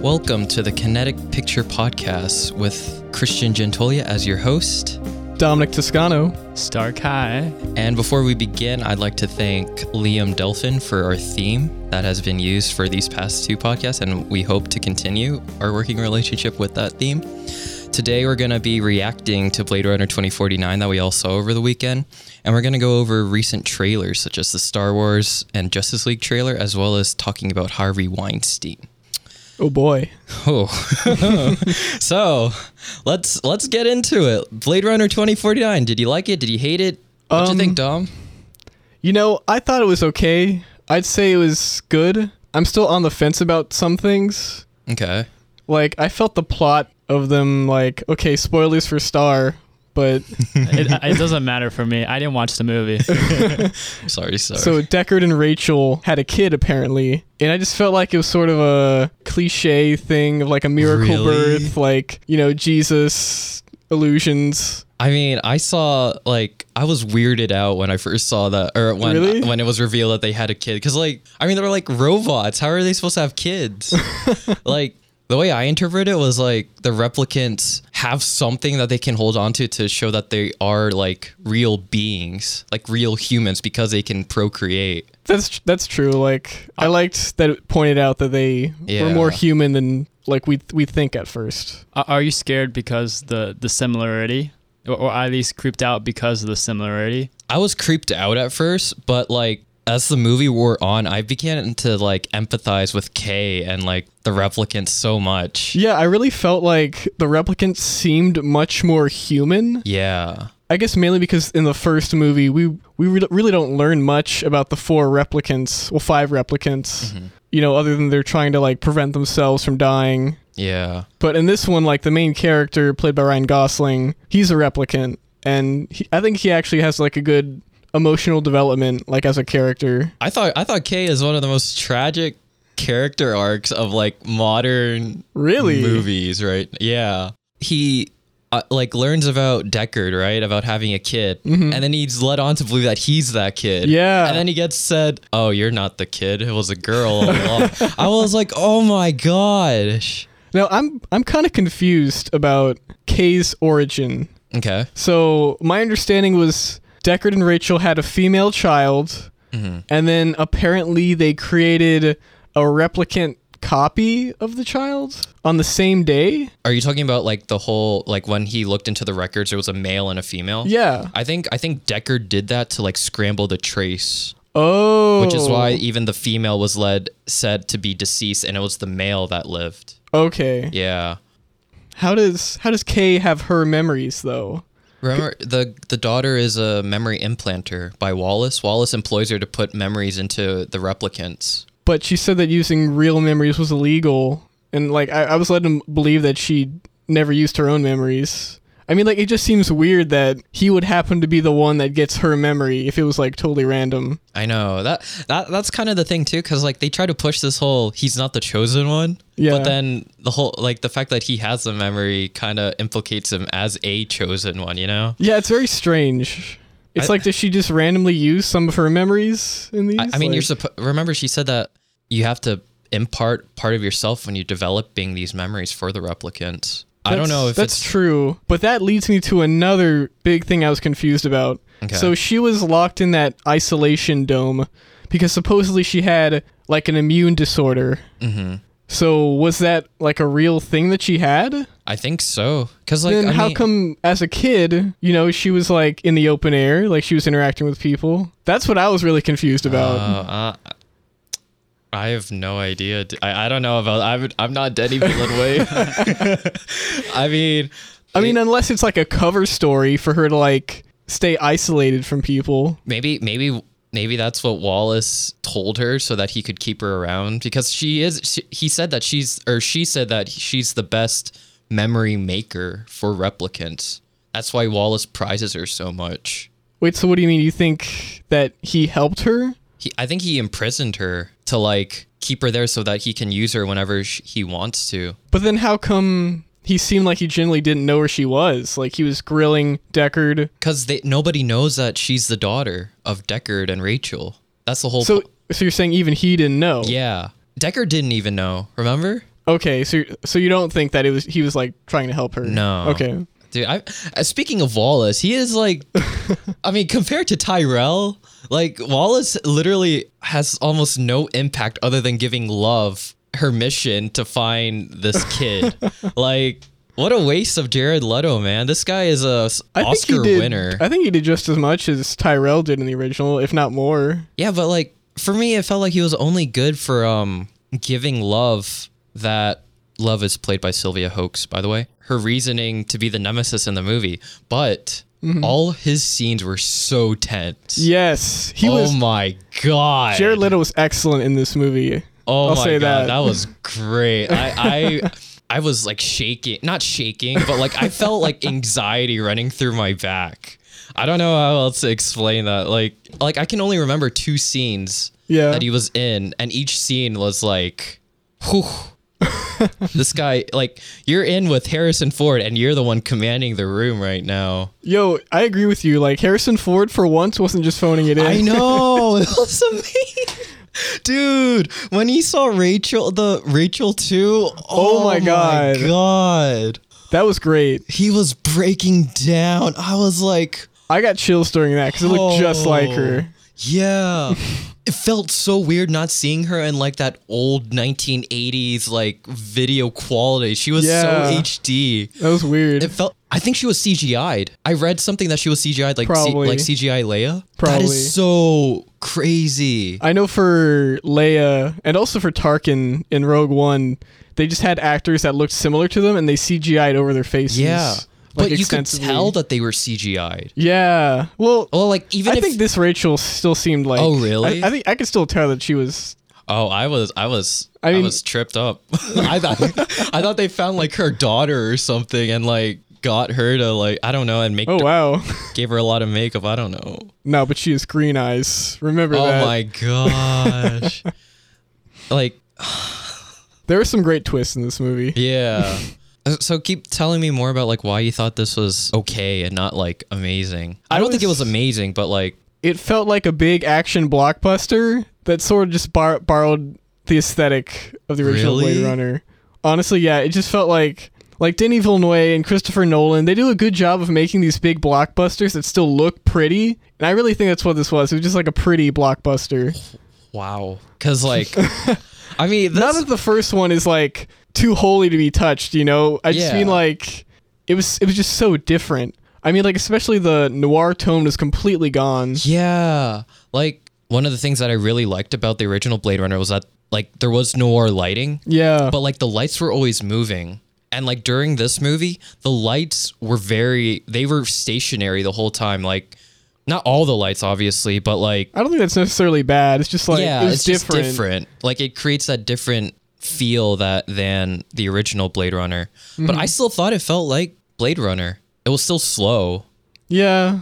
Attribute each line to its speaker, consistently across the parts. Speaker 1: Welcome to the Kinetic Picture Podcast with Christian Gentolia as your host.
Speaker 2: Dominic Toscano.
Speaker 3: Star Kai.
Speaker 1: And before we begin, I'd like to thank Liam Delphin for our theme that has been used for these past two podcasts, and we hope to continue our working relationship with that theme. Today, we're going to be reacting to Blade Runner 2049 that we all saw over the weekend, and we're going to go over recent trailers such as the Star Wars and Justice League trailer, as well as talking about Harvey Weinstein.
Speaker 2: Oh boy.
Speaker 1: Oh, so let's let's get into it. Blade Runner 2049. Did you like it? Did you hate it? What do you
Speaker 2: Um,
Speaker 1: think, Dom?
Speaker 2: You know, I thought it was okay. I'd say it was good. I'm still on the fence about some things.
Speaker 1: Okay.
Speaker 2: Like I felt the plot of them like okay, spoilers for Star, but
Speaker 3: it, it doesn't matter for me. I didn't watch the movie.
Speaker 1: Sorry, sorry.
Speaker 2: so Deckard and Rachel had a kid apparently, and I just felt like it was sort of a cliche thing of like a miracle
Speaker 1: Really?
Speaker 2: birth, like, you know, Jesus illusions.
Speaker 1: I mean, I saw like I was weirded out when I first saw that, or when
Speaker 2: Really?
Speaker 1: when it was revealed that they had a kid. Because like, I mean, they were like robots. How are they supposed to have kids? like the way I interpret it was like the replicants have something that they can hold on to to show that they are like real beings, like real humans, because they can procreate.
Speaker 2: That's that's true. Like I liked that it pointed out that they
Speaker 1: Yeah.
Speaker 2: were more human than like we we think at first.
Speaker 3: Are are you scared because the the similarity, or, or at least creeped out because of the similarity?
Speaker 1: I was creeped out at first, but like as the movie wore on, I began to like empathize with Kay and like the replicants so much.
Speaker 2: Yeah, I really felt like the replicants seemed much more human.
Speaker 1: Yeah.
Speaker 2: I guess mainly because in the first movie, we we re- really don't learn much about the four replicants, well, five replicants. You know, other than they're trying to like prevent themselves from dying.
Speaker 1: Yeah.
Speaker 2: But in this one, like the main character played by Ryan Gosling, he's a replicant, and he, I think he actually has like a good emotional development, like as a character.
Speaker 1: I thought I thought Kay is one of the most tragic character arcs of like modern
Speaker 2: Really,
Speaker 1: movies, right? Yeah. He uh, like learns about Deckard, right? About having a kid. And then he's led on to believe that he's that kid.
Speaker 2: Yeah.
Speaker 1: And then he gets said, "Oh, you're not the kid. It was a girl." all along." I was like, "Oh my gosh."
Speaker 2: Now I'm I'm kind of confused about Kay's origin.
Speaker 1: Okay.
Speaker 2: So my understanding was Deckard and Rachel had a female child, and then apparently they created a replicant copy of the child on the same day.
Speaker 1: Are you talking about like the whole like when he looked into the records there was a male and a female?
Speaker 2: Yeah.
Speaker 1: I think I think Deckard did that to like scramble the trace,
Speaker 2: Oh.
Speaker 1: which is why even the female was led said to be deceased and it was the male that lived.
Speaker 2: Oh, Okay.
Speaker 1: Yeah.
Speaker 2: How does how does Kay have her memories though?
Speaker 1: Remember the the daughter is a memory implanter by Wallace. Wallace employs her to put memories into the replicants.
Speaker 2: But she said that using real memories was illegal, and like I, I was led to believe that she never used her own memories. I mean, like it just seems weird that he would happen to be the one that gets her memory if it was like totally random.
Speaker 1: I know that that that's kind of the thing too, because like they try to push this whole he's not the chosen one.
Speaker 2: Yeah.
Speaker 1: But then the whole like the fact that he has the memory kind of implicates him as a chosen one. You know.
Speaker 2: Yeah, it's very strange. It's
Speaker 1: I-
Speaker 2: like does she just randomly use some of her memories in these?
Speaker 1: I, I mean,
Speaker 2: Like-
Speaker 1: you're supposed. Remember, she said that you have to impart part of yourself when you're developing these memories for the replicants. I don't
Speaker 2: That's-
Speaker 1: know if
Speaker 2: that's
Speaker 1: it's
Speaker 2: true, but that leads me to another big thing I was confused about.
Speaker 1: Okay.
Speaker 2: So she was locked in that isolation dome because supposedly she had like an immune disorder. Mm-hmm. So was that like a real thing that she had?
Speaker 1: I think so. Because like,
Speaker 2: then
Speaker 1: I
Speaker 2: how
Speaker 1: mean-
Speaker 2: come as a kid, you know, she was like in the open air, like she was interacting with people? That's what I was really confused about.
Speaker 1: Uh, uh, I have no idea. D- I, I don't know about. I'm I'm not Denny Villeneuve. I mean,
Speaker 2: I mean, unless it's like a cover story for her to like stay isolated from people.
Speaker 1: maybe maybe maybe that's what Wallace told her so that he could keep her around because she is. She, he said that she's or she said that she's the best memory maker for replicants. That's why Wallace prizes her so much.
Speaker 2: Wait, so what do you mean? You think that he helped her?
Speaker 1: He, I think he imprisoned her to like keep her there so that he can use her whenever sh- he wants to.
Speaker 2: But then how come he seemed like he genuinely didn't know where she was? Like he was grilling Deckard.
Speaker 1: Because nobody knows that she's the daughter of Deckard and Rachel. That's the whole.
Speaker 2: So
Speaker 1: po-
Speaker 2: so you're saying even he didn't know?
Speaker 1: yeah, Deckard didn't even know. Remember?
Speaker 2: Okay, so so you don't think that it was he was like trying to help her?
Speaker 1: No.
Speaker 2: Okay.
Speaker 1: Dude, I, uh, speaking of Wallace, he is like, I mean, compared to Tyrell, like Wallace literally has almost no impact other than giving love her mission to find this kid. like, what a waste of Jared Leto, man. This guy is a s-
Speaker 2: I
Speaker 1: Oscar
Speaker 2: think he did,
Speaker 1: winner.
Speaker 2: I think he did just as much as Tyrell did in the original, if not more.
Speaker 1: yeah, but like for me, it felt like he was only good for um giving love. That love is played by Sylvia Hoax, by the way. Her reasoning to be the nemesis in the movie, but.
Speaker 2: Mm-hmm.
Speaker 1: All his scenes were so tense.
Speaker 2: Yes, he
Speaker 1: oh
Speaker 2: was.
Speaker 1: my god.
Speaker 2: Jared Leto was excellent in this movie.
Speaker 1: oh
Speaker 2: I'll
Speaker 1: my
Speaker 2: say
Speaker 1: god,
Speaker 2: that.
Speaker 1: that. was great. I I I was like shaking, not shaking, but like I felt like anxiety running through my back. I don't know how else to explain that. Like like I can only remember two scenes
Speaker 2: Yeah.
Speaker 1: that he was in and each scene was like whew. this guy like you're in with Harrison Ford and you're the one commanding the room right now.
Speaker 2: Yo, I agree with you. Like Harrison Ford for once wasn't just phoning it in.
Speaker 1: I know. It was amazing. Dude, when he saw Rachel, the Rachel 2, oh,
Speaker 2: my God.
Speaker 1: God.
Speaker 2: That was great.
Speaker 1: He was breaking down. I was like,
Speaker 2: I got chills during that because it looked just like
Speaker 1: Oh.
Speaker 2: her.
Speaker 1: yeah. it felt so weird not seeing her in like that old 1980s like video quality. She was so
Speaker 2: Yeah.
Speaker 1: HD.
Speaker 2: That was weird.
Speaker 1: It felt. I think she was CGI'd. I read something that she was CGI'd, like C,
Speaker 2: Probably.
Speaker 1: like CGI Leia. That
Speaker 2: Probably.
Speaker 1: is so crazy.
Speaker 2: I know for Leia and also for Tarkin in Rogue One, they just had actors that looked similar to them and they CGI'd over their faces.
Speaker 1: Yeah,
Speaker 2: like,
Speaker 1: but you could
Speaker 2: extensively.
Speaker 1: tell that they were CGI'd.
Speaker 2: Yeah. Well,
Speaker 1: Well, like even
Speaker 2: I
Speaker 1: if
Speaker 2: think this Rachel still seemed like.
Speaker 1: Oh, really?
Speaker 2: I, I think I could still tell that she was.
Speaker 1: oh, I was, I was, I,
Speaker 2: I mean-
Speaker 1: was tripped up. I thought, I thought they found like her daughter or something, and like got her to like I don't know, and make
Speaker 2: Oh wow.
Speaker 1: gave her a lot of makeup. I don't know.
Speaker 2: no, but she has green eyes. Remember
Speaker 1: Oh
Speaker 2: that.
Speaker 1: my gosh! like
Speaker 2: There were some great twists in this movie.
Speaker 1: yeah. Uh, So keep telling me more about like why you thought this was okay and not like amazing. I
Speaker 2: I
Speaker 1: don't think it was
Speaker 2: was-
Speaker 1: amazing, but like
Speaker 2: It felt like a big action blockbuster that sort of just bar- borrowed the aesthetic of the original
Speaker 1: Really?
Speaker 2: Blade Runner. Honestly, yeah, it just felt like like Denis Villeneuve and Christopher Nolan. They do a good job of making these big blockbusters that still look pretty, and I really think that's what this was. It was just like a pretty blockbuster.
Speaker 1: wow, because like I mean
Speaker 2: Not
Speaker 1: that's
Speaker 2: that the first one is like too holy to be touched, you know. I just
Speaker 1: Yeah.
Speaker 2: mean like it was it was just so different. I mean like especially the noir tone was completely gone.
Speaker 1: Yeah. Like one of the things that I really liked about the original Blade Runner was that like there was noir lighting,
Speaker 2: Yeah.
Speaker 1: but like the lights were always moving. And like during this movie, the lights were very they were stationary the whole time. Like not all the lights obviously, but like
Speaker 2: I don't think that's necessarily bad. It's just like
Speaker 1: yeah,
Speaker 2: it was
Speaker 1: it's
Speaker 2: different.
Speaker 1: just different. Like it creates that different feel that than the original Blade Runner.
Speaker 2: Mm-hmm.
Speaker 1: But I still thought it felt like Blade Runner. It was still slow.
Speaker 2: Yeah.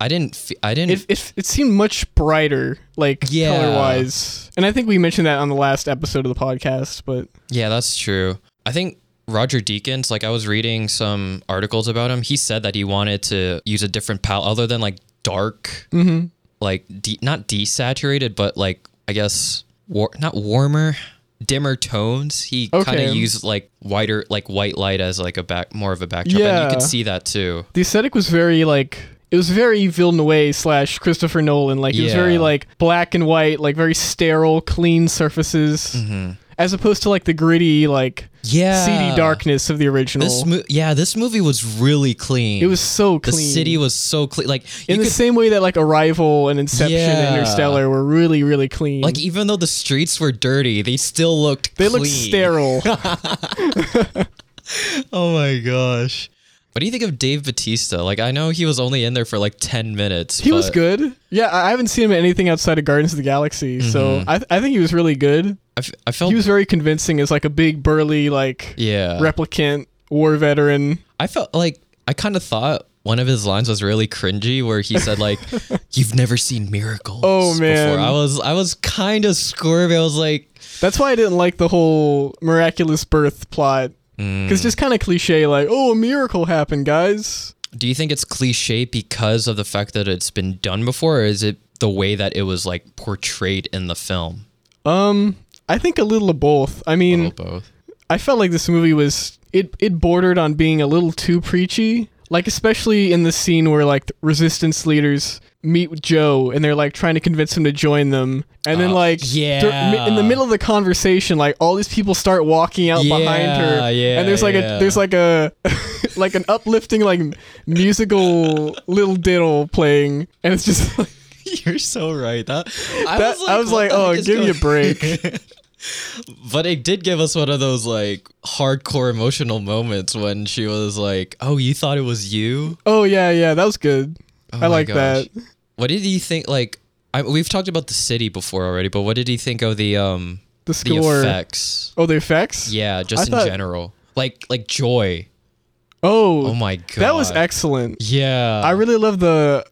Speaker 1: I didn't fe- I didn't
Speaker 2: It, it it seemed much brighter, like
Speaker 1: Yeah.
Speaker 2: color wise. And I think we mentioned that on the last episode of the podcast, but
Speaker 1: Yeah, that's true. I think Roger Deakins, like I was reading some articles about him, he said that he wanted to use a different palette other than like dark,
Speaker 2: Mm-hmm.
Speaker 1: like de- not desaturated, but like I guess war- not warmer, dimmer tones. He kind
Speaker 2: Okay.
Speaker 1: of used like whiter, like white light as like a back, more of a backdrop, and you
Speaker 2: Yeah.
Speaker 1: could see that too.
Speaker 2: the aesthetic was very like it was very Villeneuve slash Christopher Nolan. Like it was
Speaker 1: Yeah.
Speaker 2: very like black and white, like very sterile, clean surfaces,
Speaker 1: Mm-hmm.
Speaker 2: as opposed to like the gritty, like
Speaker 1: Yeah,
Speaker 2: seedy darkness of the original.
Speaker 1: Ah. This mo- yeah, this movie was really clean.
Speaker 2: it was so
Speaker 1: the
Speaker 2: clean.
Speaker 1: city was so clean. Like you
Speaker 2: in the
Speaker 1: could
Speaker 2: same way that like Arrival and Inception
Speaker 1: Yeah.
Speaker 2: and Interstellar were really really clean.
Speaker 1: Like even though the streets were dirty, they still looked
Speaker 2: they
Speaker 1: clean.
Speaker 2: looked sterile.
Speaker 1: Oh my gosh. What do you think of Dave Batista? Like I know he was only in there for like 10 minutes.
Speaker 2: He was
Speaker 1: but
Speaker 2: good. Yeah, I I haven't seen him in anything outside of Guardians of the Galaxy,
Speaker 1: Mm-hmm.
Speaker 2: so I, th- I think he was really good.
Speaker 1: I, f- I felt
Speaker 2: He was very convincing as like a big burly like
Speaker 1: yeah.
Speaker 2: replicant war veteran.
Speaker 1: I felt like I kind of thought one of his lines was really cringy where he said like you've never seen miracles
Speaker 2: Oh, man.
Speaker 1: before. I was I was kind of squirmy. I was like
Speaker 2: That's why I didn't like the whole miraculous birth plot
Speaker 1: Mm.
Speaker 2: because just kind of cliche like oh a miracle happened guys.
Speaker 1: do you think it's cliche because of the fact that it's been done before or is it the way that it was like portrayed in the film?
Speaker 2: Um, I think a little of both. I mean,
Speaker 1: both.
Speaker 2: I felt like this movie was it it bordered on being a little too preachy. Like especially in the scene where like the resistance leaders meet with Joe and they're like trying to convince him to join them, and then
Speaker 1: Oh,
Speaker 2: like dur- mi- in
Speaker 1: yeah.
Speaker 2: the middle of the conversation, like all these people start walking out behind
Speaker 1: Yeah,
Speaker 2: her,
Speaker 1: yeah,
Speaker 2: and there's like
Speaker 1: yeah.
Speaker 2: a there's like a like an uplifting like musical little diddle playing, and it's just like,
Speaker 1: You're so right. That I
Speaker 2: that. I was
Speaker 1: "What
Speaker 2: like,
Speaker 1: the heck
Speaker 2: oh,
Speaker 1: is
Speaker 2: give me a
Speaker 1: going-"
Speaker 2: break.
Speaker 1: But it did give us one of those like hardcore emotional moments when she was like, "Oh, you thought it was you."
Speaker 2: Oh yeah, yeah, that was good.
Speaker 1: Oh my
Speaker 2: I like
Speaker 1: gosh.
Speaker 2: that.
Speaker 1: What did you think? Like, I, we've talked about the city before already, but what did you think of the um
Speaker 2: The
Speaker 1: the
Speaker 2: score.
Speaker 1: effects?
Speaker 2: Oh, the effects.
Speaker 1: Yeah, just
Speaker 2: I
Speaker 1: in
Speaker 2: thought-
Speaker 1: general, like like joy.
Speaker 2: Oh,
Speaker 1: Oh my god,
Speaker 2: that was excellent.
Speaker 1: Yeah,
Speaker 2: I really love the.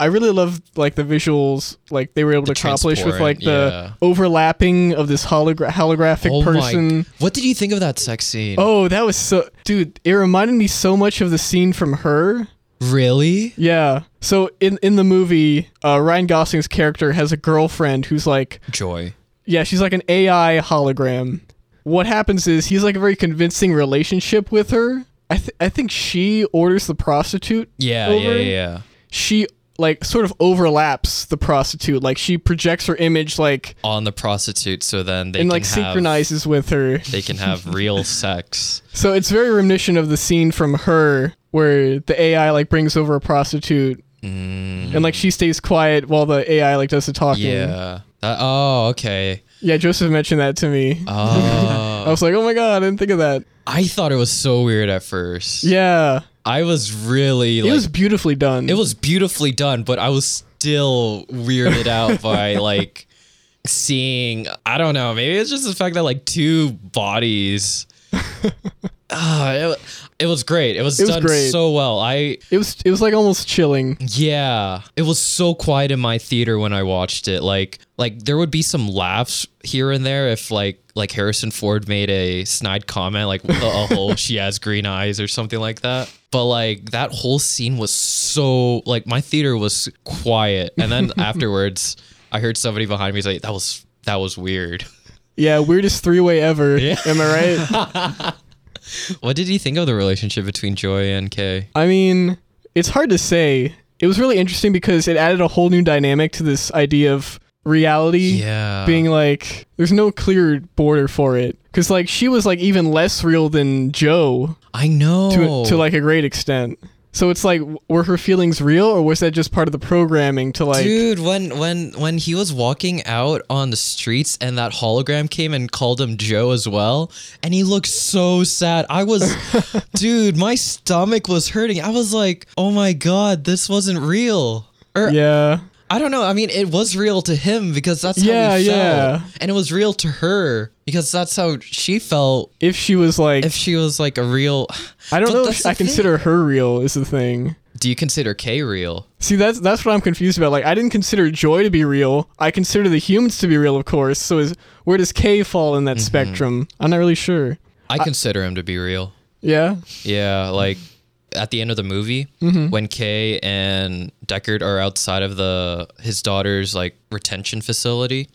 Speaker 2: I really love like the visuals, like they were able
Speaker 1: The
Speaker 2: to accomplish with like
Speaker 1: transparent,
Speaker 2: the
Speaker 1: yeah.
Speaker 2: overlapping of this hologra- holographic
Speaker 1: oh
Speaker 2: person.
Speaker 1: My, what did you think of that sex scene?
Speaker 2: Oh, that was so, dude. It reminded me so much of the scene from her.
Speaker 1: really?
Speaker 2: Yeah. So in in the movie, uh, Ryan Gosling's character has a girlfriend who's like
Speaker 1: Joy.
Speaker 2: Yeah, she's like an AI hologram. What happens is he's like a very convincing relationship with her. I, th- I think she orders the prostitute.
Speaker 1: Yeah,
Speaker 2: over.
Speaker 1: yeah, yeah.
Speaker 2: She like sort of overlaps the prostitute. Like she projects her image like
Speaker 1: On the prostitute, so then they can
Speaker 2: and like
Speaker 1: have,
Speaker 2: synchronizes with her.
Speaker 1: They can have real sex.
Speaker 2: So it's very reminiscent of the scene from her where the AI like brings over a prostitute
Speaker 1: Mm,
Speaker 2: and like she stays quiet while the AI like does the talking.
Speaker 1: yeah. That- oh, okay.
Speaker 2: Yeah, Joseph mentioned that to me. I
Speaker 1: Oh,
Speaker 2: was like, "Oh my god, I didn't think of that."
Speaker 1: I thought it was so weird at first.
Speaker 2: Yeah.
Speaker 1: I was really
Speaker 2: it
Speaker 1: like
Speaker 2: was beautifully done.
Speaker 1: it was beautifully done, but I was still weirded out by like seeing I don't know, maybe it's just the fact that like two bodies Ah, it, it was great. It was
Speaker 2: It was
Speaker 1: done
Speaker 2: great.
Speaker 1: so well. I
Speaker 2: It was it was like almost chilling.
Speaker 1: yeah, it was so quiet in my theater when I watched it. Like like there would be some laughs here and there if like like Harrison Ford made a snide comment like oh she has green eyes or something like that. But like that whole scene was so like my theater was quiet and then afterwards I heard somebody behind me say that was that was weird.
Speaker 2: Yeah, weirdest three way ever. Am I right?
Speaker 1: What did you think of the relationship between Joy and Kay?
Speaker 2: I mean, it's hard to say. It was really interesting because it added a whole new dynamic to this idea of reality
Speaker 1: Yeah.
Speaker 2: being like there's no clear border for it. Cause like she was like even less real than Joe
Speaker 1: I know.
Speaker 2: to to like a great extent. So it's like w- were her feelings real or was that just part of the programming to like
Speaker 1: Dude, when when when he was walking out on the streets and that hologram came and called him Joe as well, and he looked so sad. I was dude, my stomach was hurting. I was like, "Oh my god, this wasn't real." Or
Speaker 2: Yeah.
Speaker 1: I don't know. I mean, it was real to him because that's how
Speaker 2: Yeah,
Speaker 1: he felt.
Speaker 2: yeah.
Speaker 1: And it was real to her because that's how she felt
Speaker 2: If she was like
Speaker 1: if she was like a real
Speaker 2: I don't
Speaker 1: But
Speaker 2: know
Speaker 1: that's
Speaker 2: if
Speaker 1: the
Speaker 2: I consider her real is the thing.
Speaker 1: Do you consider K real?
Speaker 2: See, that's that's what I'm confused about. Like, I didn't consider Joy to be real. I consider the humans to be real, of course. So, is where does K fall in that spectrum? I'm not really sure.
Speaker 1: I consider him to be real.
Speaker 2: Yeah,
Speaker 1: Yeah, like
Speaker 2: Mm-hmm.
Speaker 1: at the end of the movie when Kay and Deckard are outside of the his daughter's like retention facility,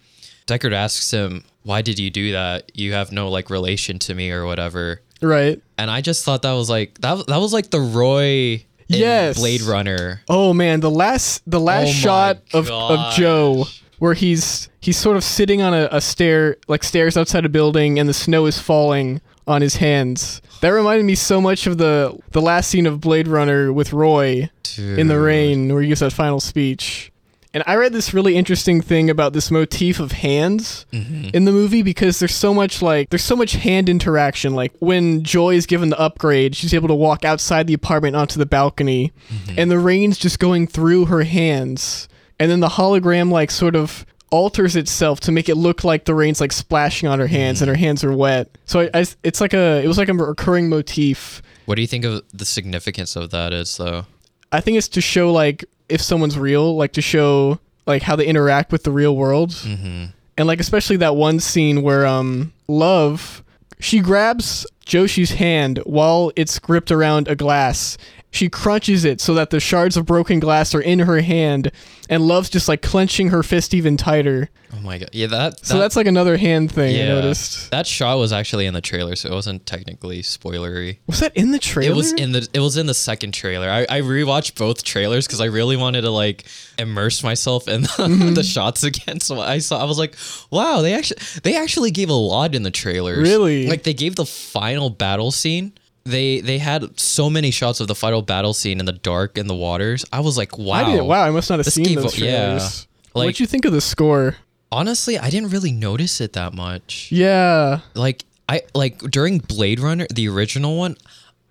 Speaker 1: Deckard asks him, "Why did you do that? You have no like relation to me or whatever."
Speaker 2: right.
Speaker 1: And I just thought that was like that that was like the Roy in
Speaker 2: Yes.
Speaker 1: Blade Runner.
Speaker 2: Oh man, the last the last
Speaker 1: Oh my
Speaker 2: shot of of Joe where he's he's sort of sitting on a, a stair like stairs outside a building and the snow is falling on his hands. That reminded me so much of the the last scene of Blade Runner with Roy in the
Speaker 1: Dude.
Speaker 2: rain where he gives that final speech. And I read this really interesting thing about this motif of hands in the movie because there's so much like there's so much hand interaction. Like when Joy is given the upgrade, she's able to walk outside the apartment onto the balcony and the rain's just going through her hands. And then the hologram like sort of alters itself to make it look like the rain's like splashing on her hands and her hands are wet. So I, I- it's like a it was like a recurring motif.
Speaker 1: What do you think of the significance of that is though?
Speaker 2: I think it's to show like if someone's real, like to show like how they interact with the real world, mm-hmm. and like especially that one scene where um Love she grabs Joshi's hand while it's gripped around a glass. She crunches it so that the shards of broken glass are in her hand, and Love's just like clenching her fist even tighter.
Speaker 1: Oh my god. Yeah, that,
Speaker 2: So
Speaker 1: that-
Speaker 2: that's like another hand thing I
Speaker 1: yeah.
Speaker 2: noticed.
Speaker 1: That shot was actually in the trailer, so it wasn't technically spoilery.
Speaker 2: Was that in the trailer?
Speaker 1: It was in the it was in the second trailer. I, I rewatched both trailers because I really wanted to like immerse myself in the,
Speaker 2: Mm-hmm.
Speaker 1: the shots again. So I saw I was like, wow, they actually they actually gave a lot in the trailers.
Speaker 2: Really?
Speaker 1: Like they gave the final battle scene. They they had so many shots of the final battle scene in the dark in the waters. I was like, wow.
Speaker 2: I didn't. Wow, I must not have
Speaker 1: This
Speaker 2: seen
Speaker 1: gave-
Speaker 2: those
Speaker 1: yeah.
Speaker 2: trailers.
Speaker 1: Like
Speaker 2: What'd you think of the score?
Speaker 1: honestly, I didn't really notice it that much.
Speaker 2: Yeah,
Speaker 1: like I like during Blade Runner, the original one,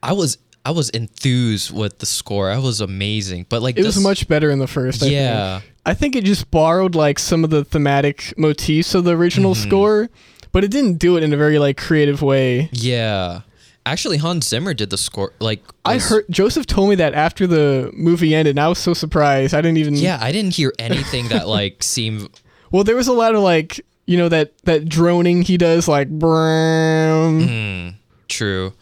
Speaker 1: I was I was enthused with the score. I was amazing. But like
Speaker 2: it
Speaker 1: this,
Speaker 2: was much better in the first. I think.
Speaker 1: Yeah.
Speaker 2: I think it just borrowed like some of the thematic motifs of the original
Speaker 1: Mm-hmm.
Speaker 2: score, but it didn't do it in a very like creative way.
Speaker 1: Yeah. Actually Hans Zimmer did the score like
Speaker 2: I
Speaker 1: was-
Speaker 2: heard Joseph told me that after the movie ended, and I was so surprised. I didn't even.
Speaker 1: Yeah, I didn't hear anything that like seemed
Speaker 2: Well, there was a lot of like you know that that droning he does like. brrrm.
Speaker 1: Mm-hmm. true.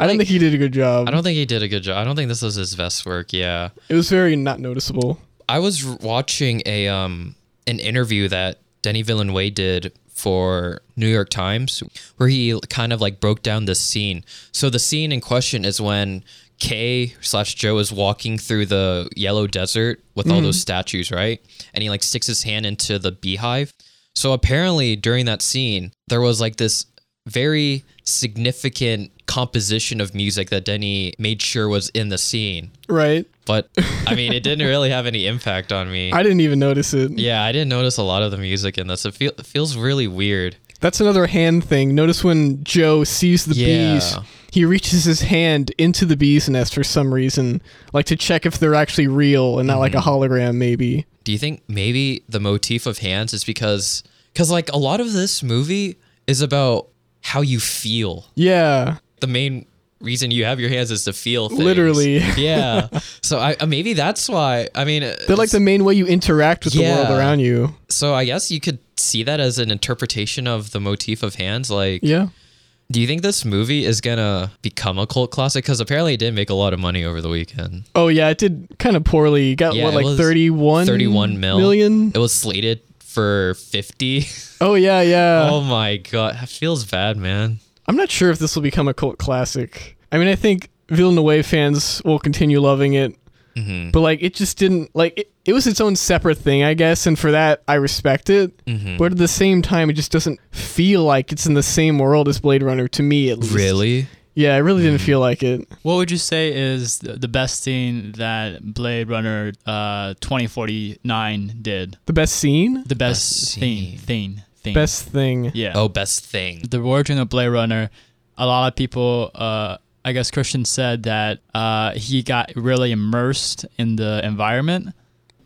Speaker 2: I don't think he did a good job.
Speaker 1: I don't think he did a good job. I don't think this was his best work, yeah.
Speaker 2: It was very not noticeable.
Speaker 1: I was r- watching a um an interview that Denny Villeneuve did for New York Times where he kind of like broke down this scene. So the scene in question is when Kay slash Joe is walking through the yellow desert with all those statues, right? And he like sticks his hand into the beehive. So apparently during that scene, there was like this very significant composition of music that Denny made sure was in the scene
Speaker 2: Right?
Speaker 1: but I mean, it didn't really have any impact on me.
Speaker 2: I didn't even notice it.
Speaker 1: yeah, I didn't notice a lot of the music in this. It, feel, it feels really weird.
Speaker 2: That's another hand thing. Notice when Joe sees the bees,
Speaker 1: Yeah.
Speaker 2: he reaches his hand into the bee's nest for some reason, like to check if they're actually real and not like a
Speaker 1: Mm-hmm.
Speaker 2: hologram, maybe.
Speaker 1: Do you think maybe the motif of hands is because, because like a lot of this movie is about how you feel.
Speaker 2: Yeah.
Speaker 1: The main reason you have your hands is to feel things.
Speaker 2: Literally.
Speaker 1: yeah. So I uh, maybe that's why. I mean,
Speaker 2: They're like the main way you interact with the
Speaker 1: Yeah.
Speaker 2: world around you.
Speaker 1: so I guess you could see that as an interpretation of the motif of hands. Like,
Speaker 2: Yeah.
Speaker 1: do you think this movie is gonna become a cult classic? Because apparently it did make a lot of money over the weekend.
Speaker 2: Oh yeah, it did kind of poorly. It got
Speaker 1: Yeah,
Speaker 2: what
Speaker 1: it
Speaker 2: like
Speaker 1: was
Speaker 2: 31
Speaker 1: 31 mil.
Speaker 2: million?
Speaker 1: It was slated for 50.
Speaker 2: Oh yeah, yeah.
Speaker 1: oh my god, that feels bad, man.
Speaker 2: I'm not sure if this will become a cult classic. I mean, I think Villeneuve fans will continue loving it, but like it just didn't like it, it was its own separate thing, I guess, and for that I respect it. But at the same time, it just doesn't feel like it's in the same world as Blade Runner to me, at least. Yeah, it really didn't feel like it.
Speaker 3: What would you say is th- the best thing that Blade Runner uh, 2049 did?
Speaker 2: The best scene,
Speaker 3: The
Speaker 1: Best
Speaker 3: best, thing,
Speaker 1: scene.
Speaker 3: thing, thing.
Speaker 2: best thing.
Speaker 3: Mm. Yeah.
Speaker 1: Oh, best thing.
Speaker 3: The origin of Blade Runner, a lot of people, uh, I guess Christian said that uh, he got really immersed in the environment.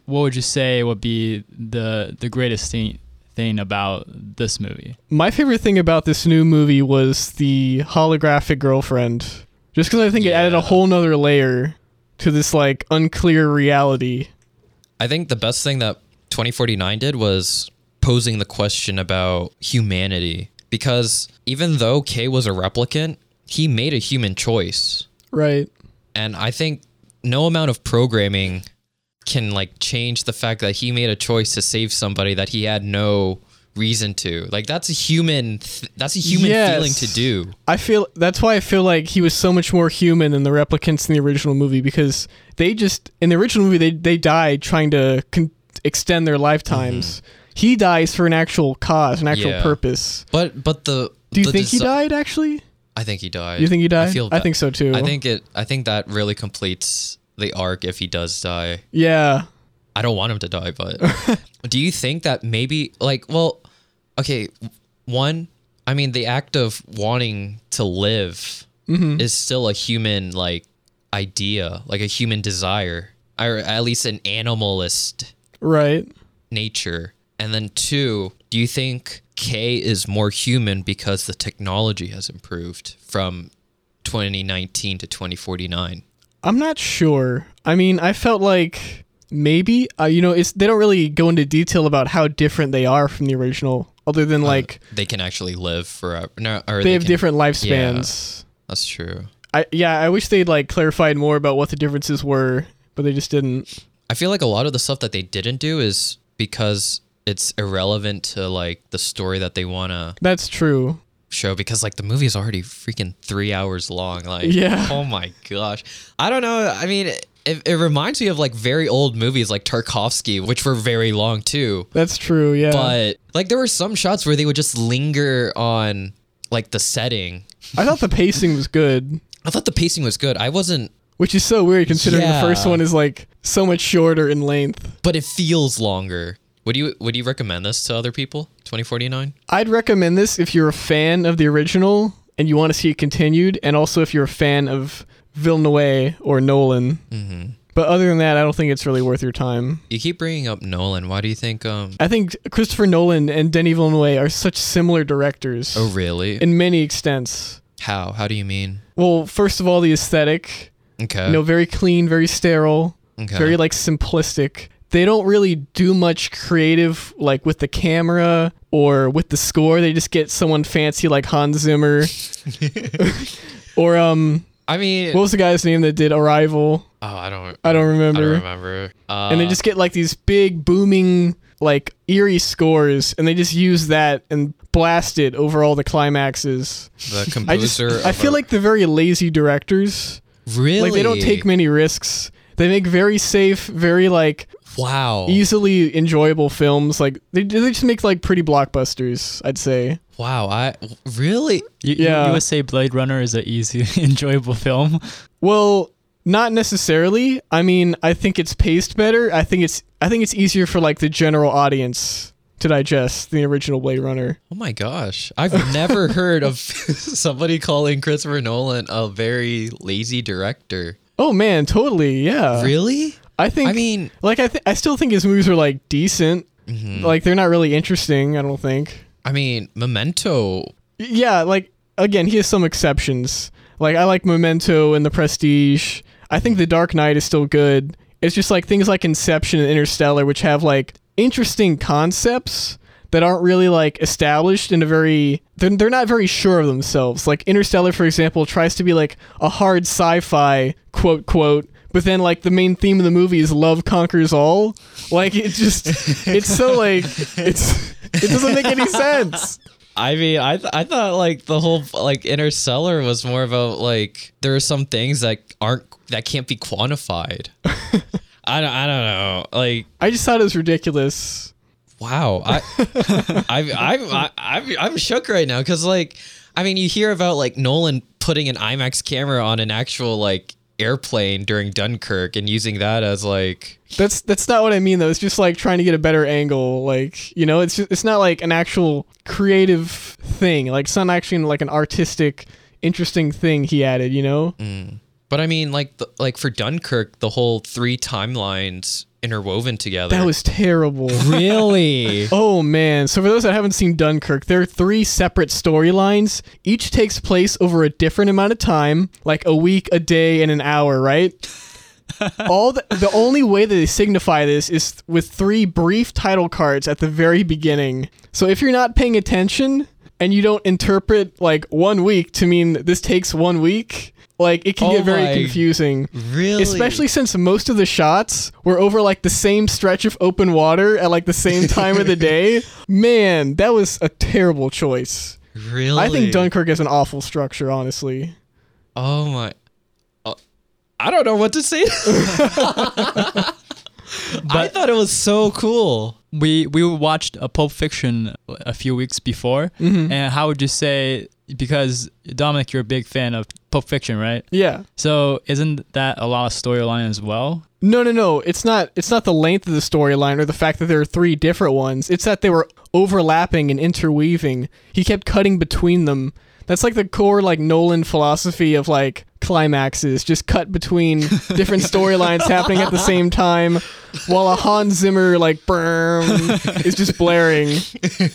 Speaker 3: What would you say would be the the greatest thing thing about this movie?
Speaker 2: My favorite thing about this new movie was the holographic girlfriend. Just because I think it added
Speaker 1: Yeah.
Speaker 2: a whole nother layer to this like unclear reality.
Speaker 1: I think the best thing that 2049 did was posing the question about humanity because even though K was a replicant, he made a human choice.
Speaker 2: Right.
Speaker 1: And I think no amount of programming can like change the fact that he made a choice to save somebody that he had no reason to. Like that's a human th- that's a human
Speaker 2: Yes.
Speaker 1: feeling to do.
Speaker 2: I feel that's why I feel like he was so much more human than the replicants in the original movie because they just in the original movie they they died trying to con- extend their lifetimes. He dies for an actual cause, an actual
Speaker 1: Mm-hmm. Yeah.
Speaker 2: purpose.
Speaker 1: But but the
Speaker 2: Do you
Speaker 1: the
Speaker 2: think he
Speaker 1: desi-
Speaker 2: died actually?
Speaker 1: I think he died.
Speaker 2: You think he died?
Speaker 1: I feel.
Speaker 2: I
Speaker 1: ba-
Speaker 2: think so, too.
Speaker 1: I think it. I think that really completes the arc if he does die.
Speaker 2: Yeah.
Speaker 1: I don't want him to die, but do you think that maybe like well, okay, one. I mean, the act of wanting to live
Speaker 2: Mm-hmm.
Speaker 1: is still a human like idea, like a human desire, or at least an animalist
Speaker 2: Right.
Speaker 1: nature. And then two, do you think K is more human because the technology has improved from 2019 to 2049?
Speaker 2: I'm not sure. I mean, I felt like maybe uh, you know it's they don't really go into detail about how different they are from the original. other than like
Speaker 1: they can actually live forever. No, or
Speaker 2: they, have
Speaker 1: can-
Speaker 2: different lifespans.
Speaker 1: That's true.
Speaker 2: I yeah, I wish they'd like clarified more about what the differences were, but they just didn't.
Speaker 1: I feel like a lot of the stuff that they didn't do is because it's irrelevant to like the story that they want to
Speaker 2: That's true.
Speaker 1: show because like the movie is already freaking three hours long. Like,
Speaker 2: Yeah.
Speaker 1: oh my gosh. I don't know. I mean, it, it reminds me of like very old movies like Tarkovsky, which were very long too.
Speaker 2: That's true. Yeah.
Speaker 1: But like there were some shots where they would just linger on like the setting.
Speaker 2: I thought the pacing was good,
Speaker 1: I thought the pacing was good. I wasn't,
Speaker 2: which is so weird considering
Speaker 1: Yeah.
Speaker 2: the first one is like so much shorter in length.
Speaker 1: but it feels longer. Would you would you recommend this to other people? 2049?
Speaker 2: I'd recommend this if you're a fan of the original and you want to see it continued, and also if you're a fan of Villeneuve or Nolan. But other than that, I don't think it's really worth your time.
Speaker 1: You keep bringing up Nolan. Why do you think um
Speaker 2: I think Christopher Nolan and Denis Villeneuve are such similar directors
Speaker 1: Oh really?
Speaker 2: in many extents.
Speaker 1: How? How do you mean?
Speaker 2: Well, first of all, the aesthetic,
Speaker 1: Okay.
Speaker 2: you know, very clean, very sterile,
Speaker 1: okay.
Speaker 2: very like simplistic. They don't really do much creative like with the camera or with the score. They just get someone fancy like Hans Zimmer or um
Speaker 1: I mean
Speaker 2: what was the guy's name that did Arrival?
Speaker 1: Oh, I don't
Speaker 2: I don't remember.
Speaker 1: I don't remember. Uh,
Speaker 2: And they just get like these big booming like eerie scores and they just use that and blast it over all the climaxes.
Speaker 1: the
Speaker 2: I just
Speaker 1: composer.
Speaker 2: I
Speaker 1: of
Speaker 2: feel
Speaker 1: a-
Speaker 2: like they're very lazy directors.
Speaker 1: really
Speaker 2: Like they don't take many risks. They make very safe, very like
Speaker 1: Wow.
Speaker 2: easily enjoyable films. Like they they just make like pretty blockbusters. I'd say.
Speaker 1: Wow. I really.
Speaker 3: You, you-
Speaker 2: Yeah.
Speaker 3: you would say Blade Runner is an easy, enjoyable film.
Speaker 2: Well, not necessarily. I mean, I think it's paced better. I think it's I think it's easier for like the general audience to digest the original Blade Runner.
Speaker 1: Oh my gosh. I've never heard of somebody calling Christopher Nolan a very lazy director.
Speaker 2: Oh man, totally. Yeah.
Speaker 1: Really?
Speaker 2: Uh, I think.
Speaker 1: I mean,
Speaker 2: like I th- I still think his movies are like decent.
Speaker 1: Mm-hmm.
Speaker 2: Like they're not really interesting. I don't think.
Speaker 1: I mean, Memento.
Speaker 2: Y- Yeah. Like again, he has some exceptions. Like I like Memento and The Prestige. I think The Dark Knight is still good. It's just like things like Inception and Interstellar, which have like interesting concepts that aren't really like established in a very they're, they're not very sure of themselves like interstellar for example tries to be like a hard sci-fi quote quote but then like the main theme of the movie is love conquers all like it just it's so like it's it doesn't make any sense
Speaker 1: I mean, I th- I thought like the whole like Interstellar was more about like there are some things that aren't that can't be quantified. I don't, I don't know. Like
Speaker 2: i just thought it was ridiculous
Speaker 1: Wow, I, I, I, I, I'm, I'm shook right now because, like, I mean, you hear about like Nolan putting an IMAX camera on an actual like airplane during Dunkirk and using that as like,
Speaker 2: that's that's not what i mean though it's just like trying to get a better angle like you know it's just, it's not like an actual creative thing like it's not actually like an artistic interesting thing he added you know
Speaker 1: but I mean, like, the, like for Dunkirk, the whole three timelines interwoven together.
Speaker 2: that was terrible
Speaker 1: really
Speaker 2: Oh man! So for those that haven't seen Dunkirk, there are three separate storylines. Each takes place over a different amount of time, like a week, a day, and an hour. Right? All the, the only way that they signify this is th- with three brief title cards at the very beginning. So if you're not paying attention and you don't interpret like one week to mean this takes one week, like it can
Speaker 1: Oh
Speaker 2: get
Speaker 1: my-
Speaker 2: very confusing.
Speaker 1: really,
Speaker 2: Especially since most of the shots were over like the same stretch of open water at like the same time of the day. Man, that was a terrible choice.
Speaker 1: really.
Speaker 2: I think Dunkirk is an awful structure, honestly.
Speaker 1: Oh my, Oh, I don't know what to say. I thought it was so cool.
Speaker 3: We we watched a Pulp Fiction a few weeks before, and how would you say? Because Dominic, you're a big fan of Pulp Fiction, right?
Speaker 2: Yeah.
Speaker 3: So isn't that a lot of storyline as well?
Speaker 2: No, no, no. It's not it's not the length of the storyline or the fact that there are three different ones. It's that they were overlapping and interweaving. He kept cutting between them. That's like the core like Nolan philosophy of like climaxes, just cut between different storylines happening at the same time while a Hans Zimmer like berm is just blaring.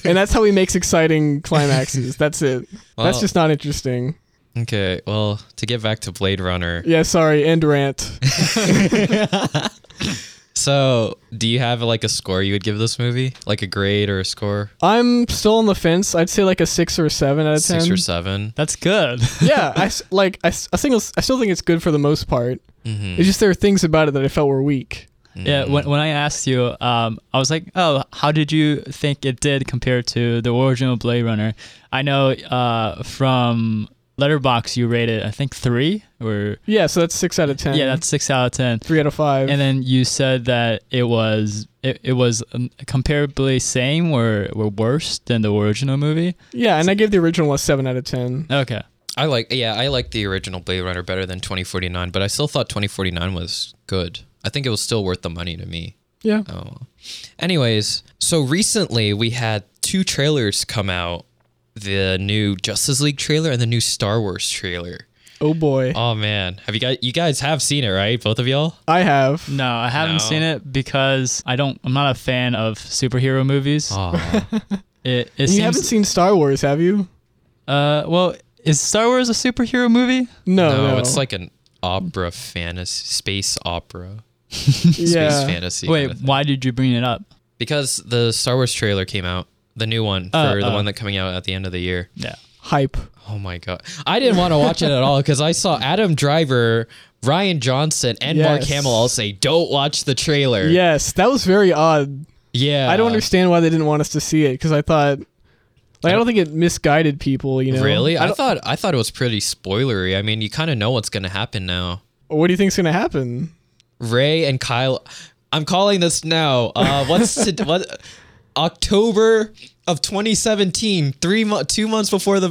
Speaker 2: And that's how he makes exciting climaxes. That's it.
Speaker 1: Wow.
Speaker 2: That's just not interesting.
Speaker 1: Okay, well, to get back to Blade Runner,
Speaker 2: Yeah, sorry, end rant.
Speaker 1: So, do you have like a score you would give this movie, like a grade or a score,
Speaker 2: I'm still on the fence. I'd say like a six or a seven out of ten.
Speaker 1: six or seven?
Speaker 3: That's good.
Speaker 2: yeah, I s- like I, s- I think it's- I still think it's good for the most part.
Speaker 1: Mm-hmm.
Speaker 2: It's just there are things about it that I felt were weak.
Speaker 3: yeah.
Speaker 1: Mm.
Speaker 3: When, when I asked you, um, I was like, oh, how did you think it did compared to the original Blade Runner? I know uh, from Letterbox you rated, I think three or
Speaker 2: Yeah, so that's six out of ten.
Speaker 3: yeah, that's six out of ten.
Speaker 2: three out of five.
Speaker 3: And then you said that it was it, it was um, comparably same or, or worse than the original movie.
Speaker 2: yeah, and I gave the original a seven out of ten.
Speaker 3: Okay.
Speaker 1: I like yeah, I like the original Blade Runner better than 2049, but I still thought 2049 was good. I think it was still worth the money to me.
Speaker 2: Yeah,
Speaker 1: Oh. Anyways, so recently we had two trailers come out, the new Justice League trailer and the new Star Wars trailer.
Speaker 2: oh boy,
Speaker 1: Oh man, have you guys you guys have seen it, right? Both of y'all?
Speaker 2: I have.
Speaker 3: No, I haven't
Speaker 1: No.
Speaker 3: seen it because I don't. I'm not a fan of superhero movies.
Speaker 1: Oh.
Speaker 3: It, it
Speaker 2: You
Speaker 3: seems.
Speaker 2: haven't seen Star Wars, have you?
Speaker 3: uh, well, is Star Wars a superhero movie?
Speaker 2: No,
Speaker 1: no,
Speaker 2: Oh, no,
Speaker 1: it's like an opera fantasy, space opera, space
Speaker 2: yeah.
Speaker 1: fantasy.
Speaker 3: Wait,
Speaker 1: kind of thing.
Speaker 3: why did you bring it up?
Speaker 1: because the Star Wars trailer came out, the new one
Speaker 3: Uh,
Speaker 1: for the
Speaker 3: uh.
Speaker 1: one that coming out at the end of the year.
Speaker 3: Yeah.
Speaker 2: Hype.
Speaker 1: Oh my god, I didn't want to watch it at all because I saw Adam Driver, Ryan Johnson, and Mark
Speaker 2: Yes.
Speaker 1: Hamill all say, "Don't watch the trailer."
Speaker 2: Yes, that was very odd.
Speaker 1: yeah.
Speaker 3: Uh,
Speaker 2: I don't understand why they didn't want us to see it because I thought, like, I don't think it misguided people. You know,
Speaker 1: Really? I,
Speaker 2: don't-
Speaker 1: thought I thought it was pretty spoilery. I mean, you kind of know what's gonna happen now.
Speaker 2: What do you think's gonna happen?
Speaker 1: Ray and Kyle. I'm calling this now. Uh, what's to, what? October of 2017, three mo- two months before the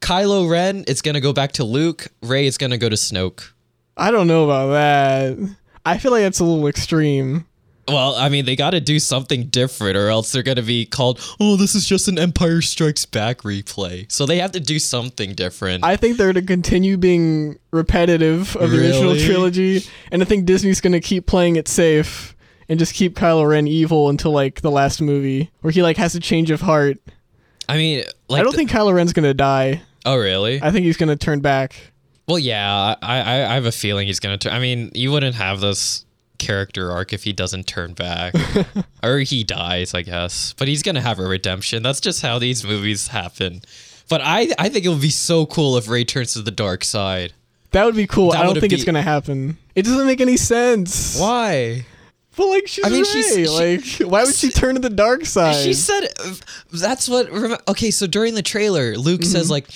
Speaker 1: Kylo Ren, it's gonna go back to Luke. Ray is gonna go to Snoke.
Speaker 2: I don't know about that. I feel like that's a little extreme.
Speaker 1: Well, I mean, they got to do something different, or else they're going to be called, oh, this is just an Empire Strikes Back replay. So they have to do something different.
Speaker 2: I think they're to continue being repetitive of the original
Speaker 1: Really?
Speaker 2: trilogy, and I think Disney's gonna keep playing it safe and just keep Kylo Ren evil until like the last movie, where he like has a change of heart.
Speaker 1: I mean, like,
Speaker 2: I don't think Kylo Ren's gonna die.
Speaker 1: oh, really?
Speaker 2: I think he's gonna turn back.
Speaker 1: well, yeah, I, I, I have a feeling he's going to turn. I mean, you wouldn't have this character arc if he doesn't turn back, or he dies, I guess. But he's going to have a redemption. That's just how these movies happen. But I, I think it would be so cool if Ray turns to the dark side.
Speaker 2: That would be cool.
Speaker 1: That
Speaker 2: I don't
Speaker 1: would've
Speaker 2: think it's
Speaker 1: be-
Speaker 2: gonna happen. It doesn't make any sense.
Speaker 1: Why?
Speaker 2: But like she's
Speaker 1: I mean,
Speaker 2: Rey.
Speaker 1: she's- she-
Speaker 2: like why would she turn to the dark side?
Speaker 1: She said, "That's what." rem- Okay, so during the trailer, Luke says, "Like,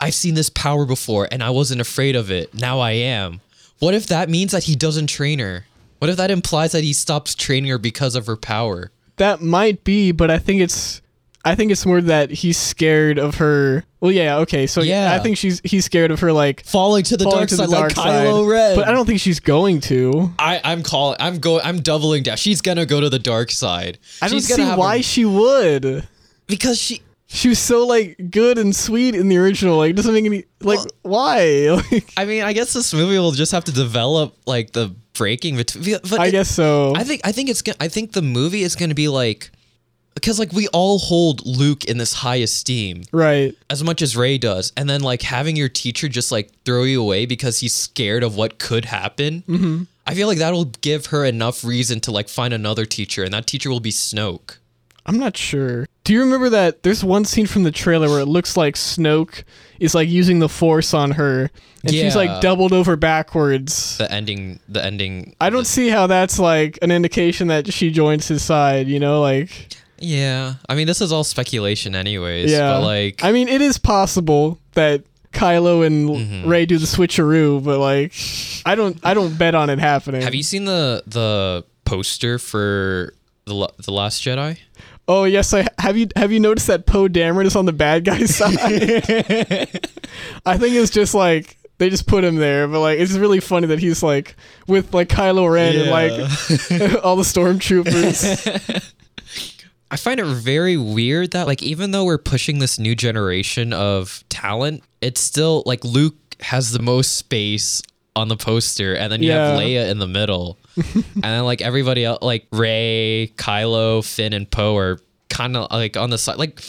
Speaker 1: I've seen this power before, and I wasn't afraid of it. Now I am." What if that means that he doesn't train her? What if that implies that he stops training her because of her power?
Speaker 2: that might be, but I think it's I think it's more that he's scared of her. Well, yeah, okay. So yeah,
Speaker 1: Yeah.
Speaker 2: I think she's he's scared of her like
Speaker 1: Falling to the
Speaker 2: falling
Speaker 1: dark
Speaker 2: to the
Speaker 1: side
Speaker 2: dark
Speaker 1: like Kylo
Speaker 2: side.
Speaker 1: Ren.
Speaker 2: But I don't think she's going to.
Speaker 1: I, I'm calling. I'm going. I'm doubling down. She's gonna go to the dark side.
Speaker 2: I don't
Speaker 1: She's gonna
Speaker 2: see
Speaker 1: have
Speaker 2: why
Speaker 1: a-
Speaker 2: she would.
Speaker 1: because she.
Speaker 2: She was so like good and sweet in the original. Like it doesn't make any like why? Like
Speaker 1: I mean, I guess this movie will just have to develop like the breaking between. But
Speaker 2: I
Speaker 1: it-
Speaker 2: guess so.
Speaker 1: I think I think it's gonna, I think the movie is going to be like because like we all hold Luke in this high esteem
Speaker 2: right.
Speaker 1: as much as Ray does, and then like having your teacher just like throw you away because he's scared of what could happen. Mm-hmm. I feel like that'll give her enough reason to like find another teacher, and that teacher will be Snoke.
Speaker 2: I'm not sure. Do you remember that there's one scene from the trailer where it looks like Snoke is like using the force on her and
Speaker 1: Yeah.
Speaker 2: she's like doubled over backwards.
Speaker 1: The ending, the ending.
Speaker 2: I don't see how that's like an indication that she joins his side, you know, like
Speaker 1: Yeah, I mean this is all speculation, anyways.
Speaker 2: yeah.
Speaker 1: but like
Speaker 2: I mean, it is possible that Kylo and
Speaker 1: Mm-hmm.
Speaker 2: Ray do the switcheroo, but like I don't I don't bet on it happening.
Speaker 1: have you seen the the poster for the La- the Last Jedi?
Speaker 2: Oh, yes, I have you have you noticed that Poe Dameron is on the bad guy's side? I think it's just like they just put him there, but like it's really funny that he's like with like Kylo Ren and like all the stormtroopers.
Speaker 1: I find it very weird that like even though we're pushing this new generation of talent, it's still like Luke has the most space on the poster and then you have
Speaker 2: Yeah.
Speaker 1: Leia in the middle. and then like everybody else like Ray, Kylo, Finn and Poe are kind of like on the side like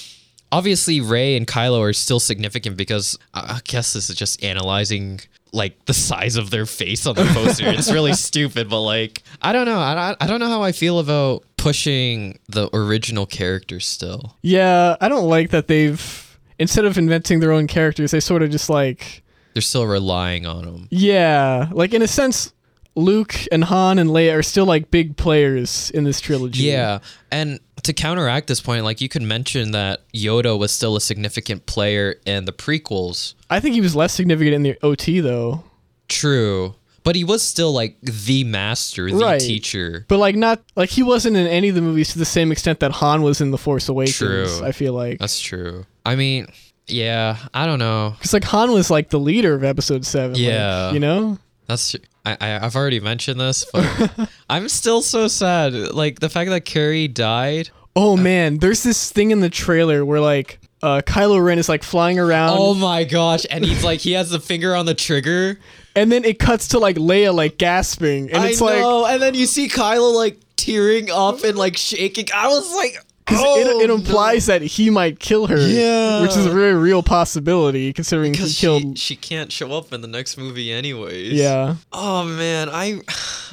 Speaker 1: obviously Ray and Kylo are still significant because I I guess this is just analyzing like the size of their face on the poster. it's really stupid, but like I don't know. I don't, I don't know how I feel about pushing the original characters still.
Speaker 2: Yeah, I don't like that they've instead of inventing their own characters, they sort of just like
Speaker 1: They're still relying on them.
Speaker 2: yeah, like in a sense, Luke and Han and Leia are still like big players in this trilogy.
Speaker 1: Yeah, and to counteract this point, like you could mention that Yoda was still a significant player in the prequels.
Speaker 2: I think he was less significant in the OT though,
Speaker 1: True, but he was still like the master, the
Speaker 2: Right.
Speaker 1: teacher.
Speaker 2: but like not like he wasn't in any of the movies to the same extent that Han was in the Force Awakens.
Speaker 1: True.
Speaker 2: I feel like
Speaker 1: That's true. I mean, yeah, I don't know.
Speaker 2: because like Han was like the leader of Episode Seven. like,
Speaker 1: Yeah.
Speaker 2: you know.
Speaker 1: That's I, I I've already mentioned this, but I'm still so sad. Like the fact that Carrie died.
Speaker 2: Oh man, there's this thing in the trailer where like uh, Kylo Ren is like flying around.
Speaker 1: Oh my gosh! And he's like he has the finger on the trigger.
Speaker 2: And then it cuts to like Leia like gasping, and
Speaker 1: I
Speaker 2: it's like
Speaker 1: know. and then you see Kylo like tearing up and like shaking. I was like, oh,
Speaker 2: it, it implies that he might kill her.
Speaker 1: Yeah.
Speaker 2: which is a very real possibility considering he
Speaker 1: because she,
Speaker 2: killed.
Speaker 1: she can't show up in the next movie anyways.
Speaker 2: yeah,
Speaker 1: Oh man, I.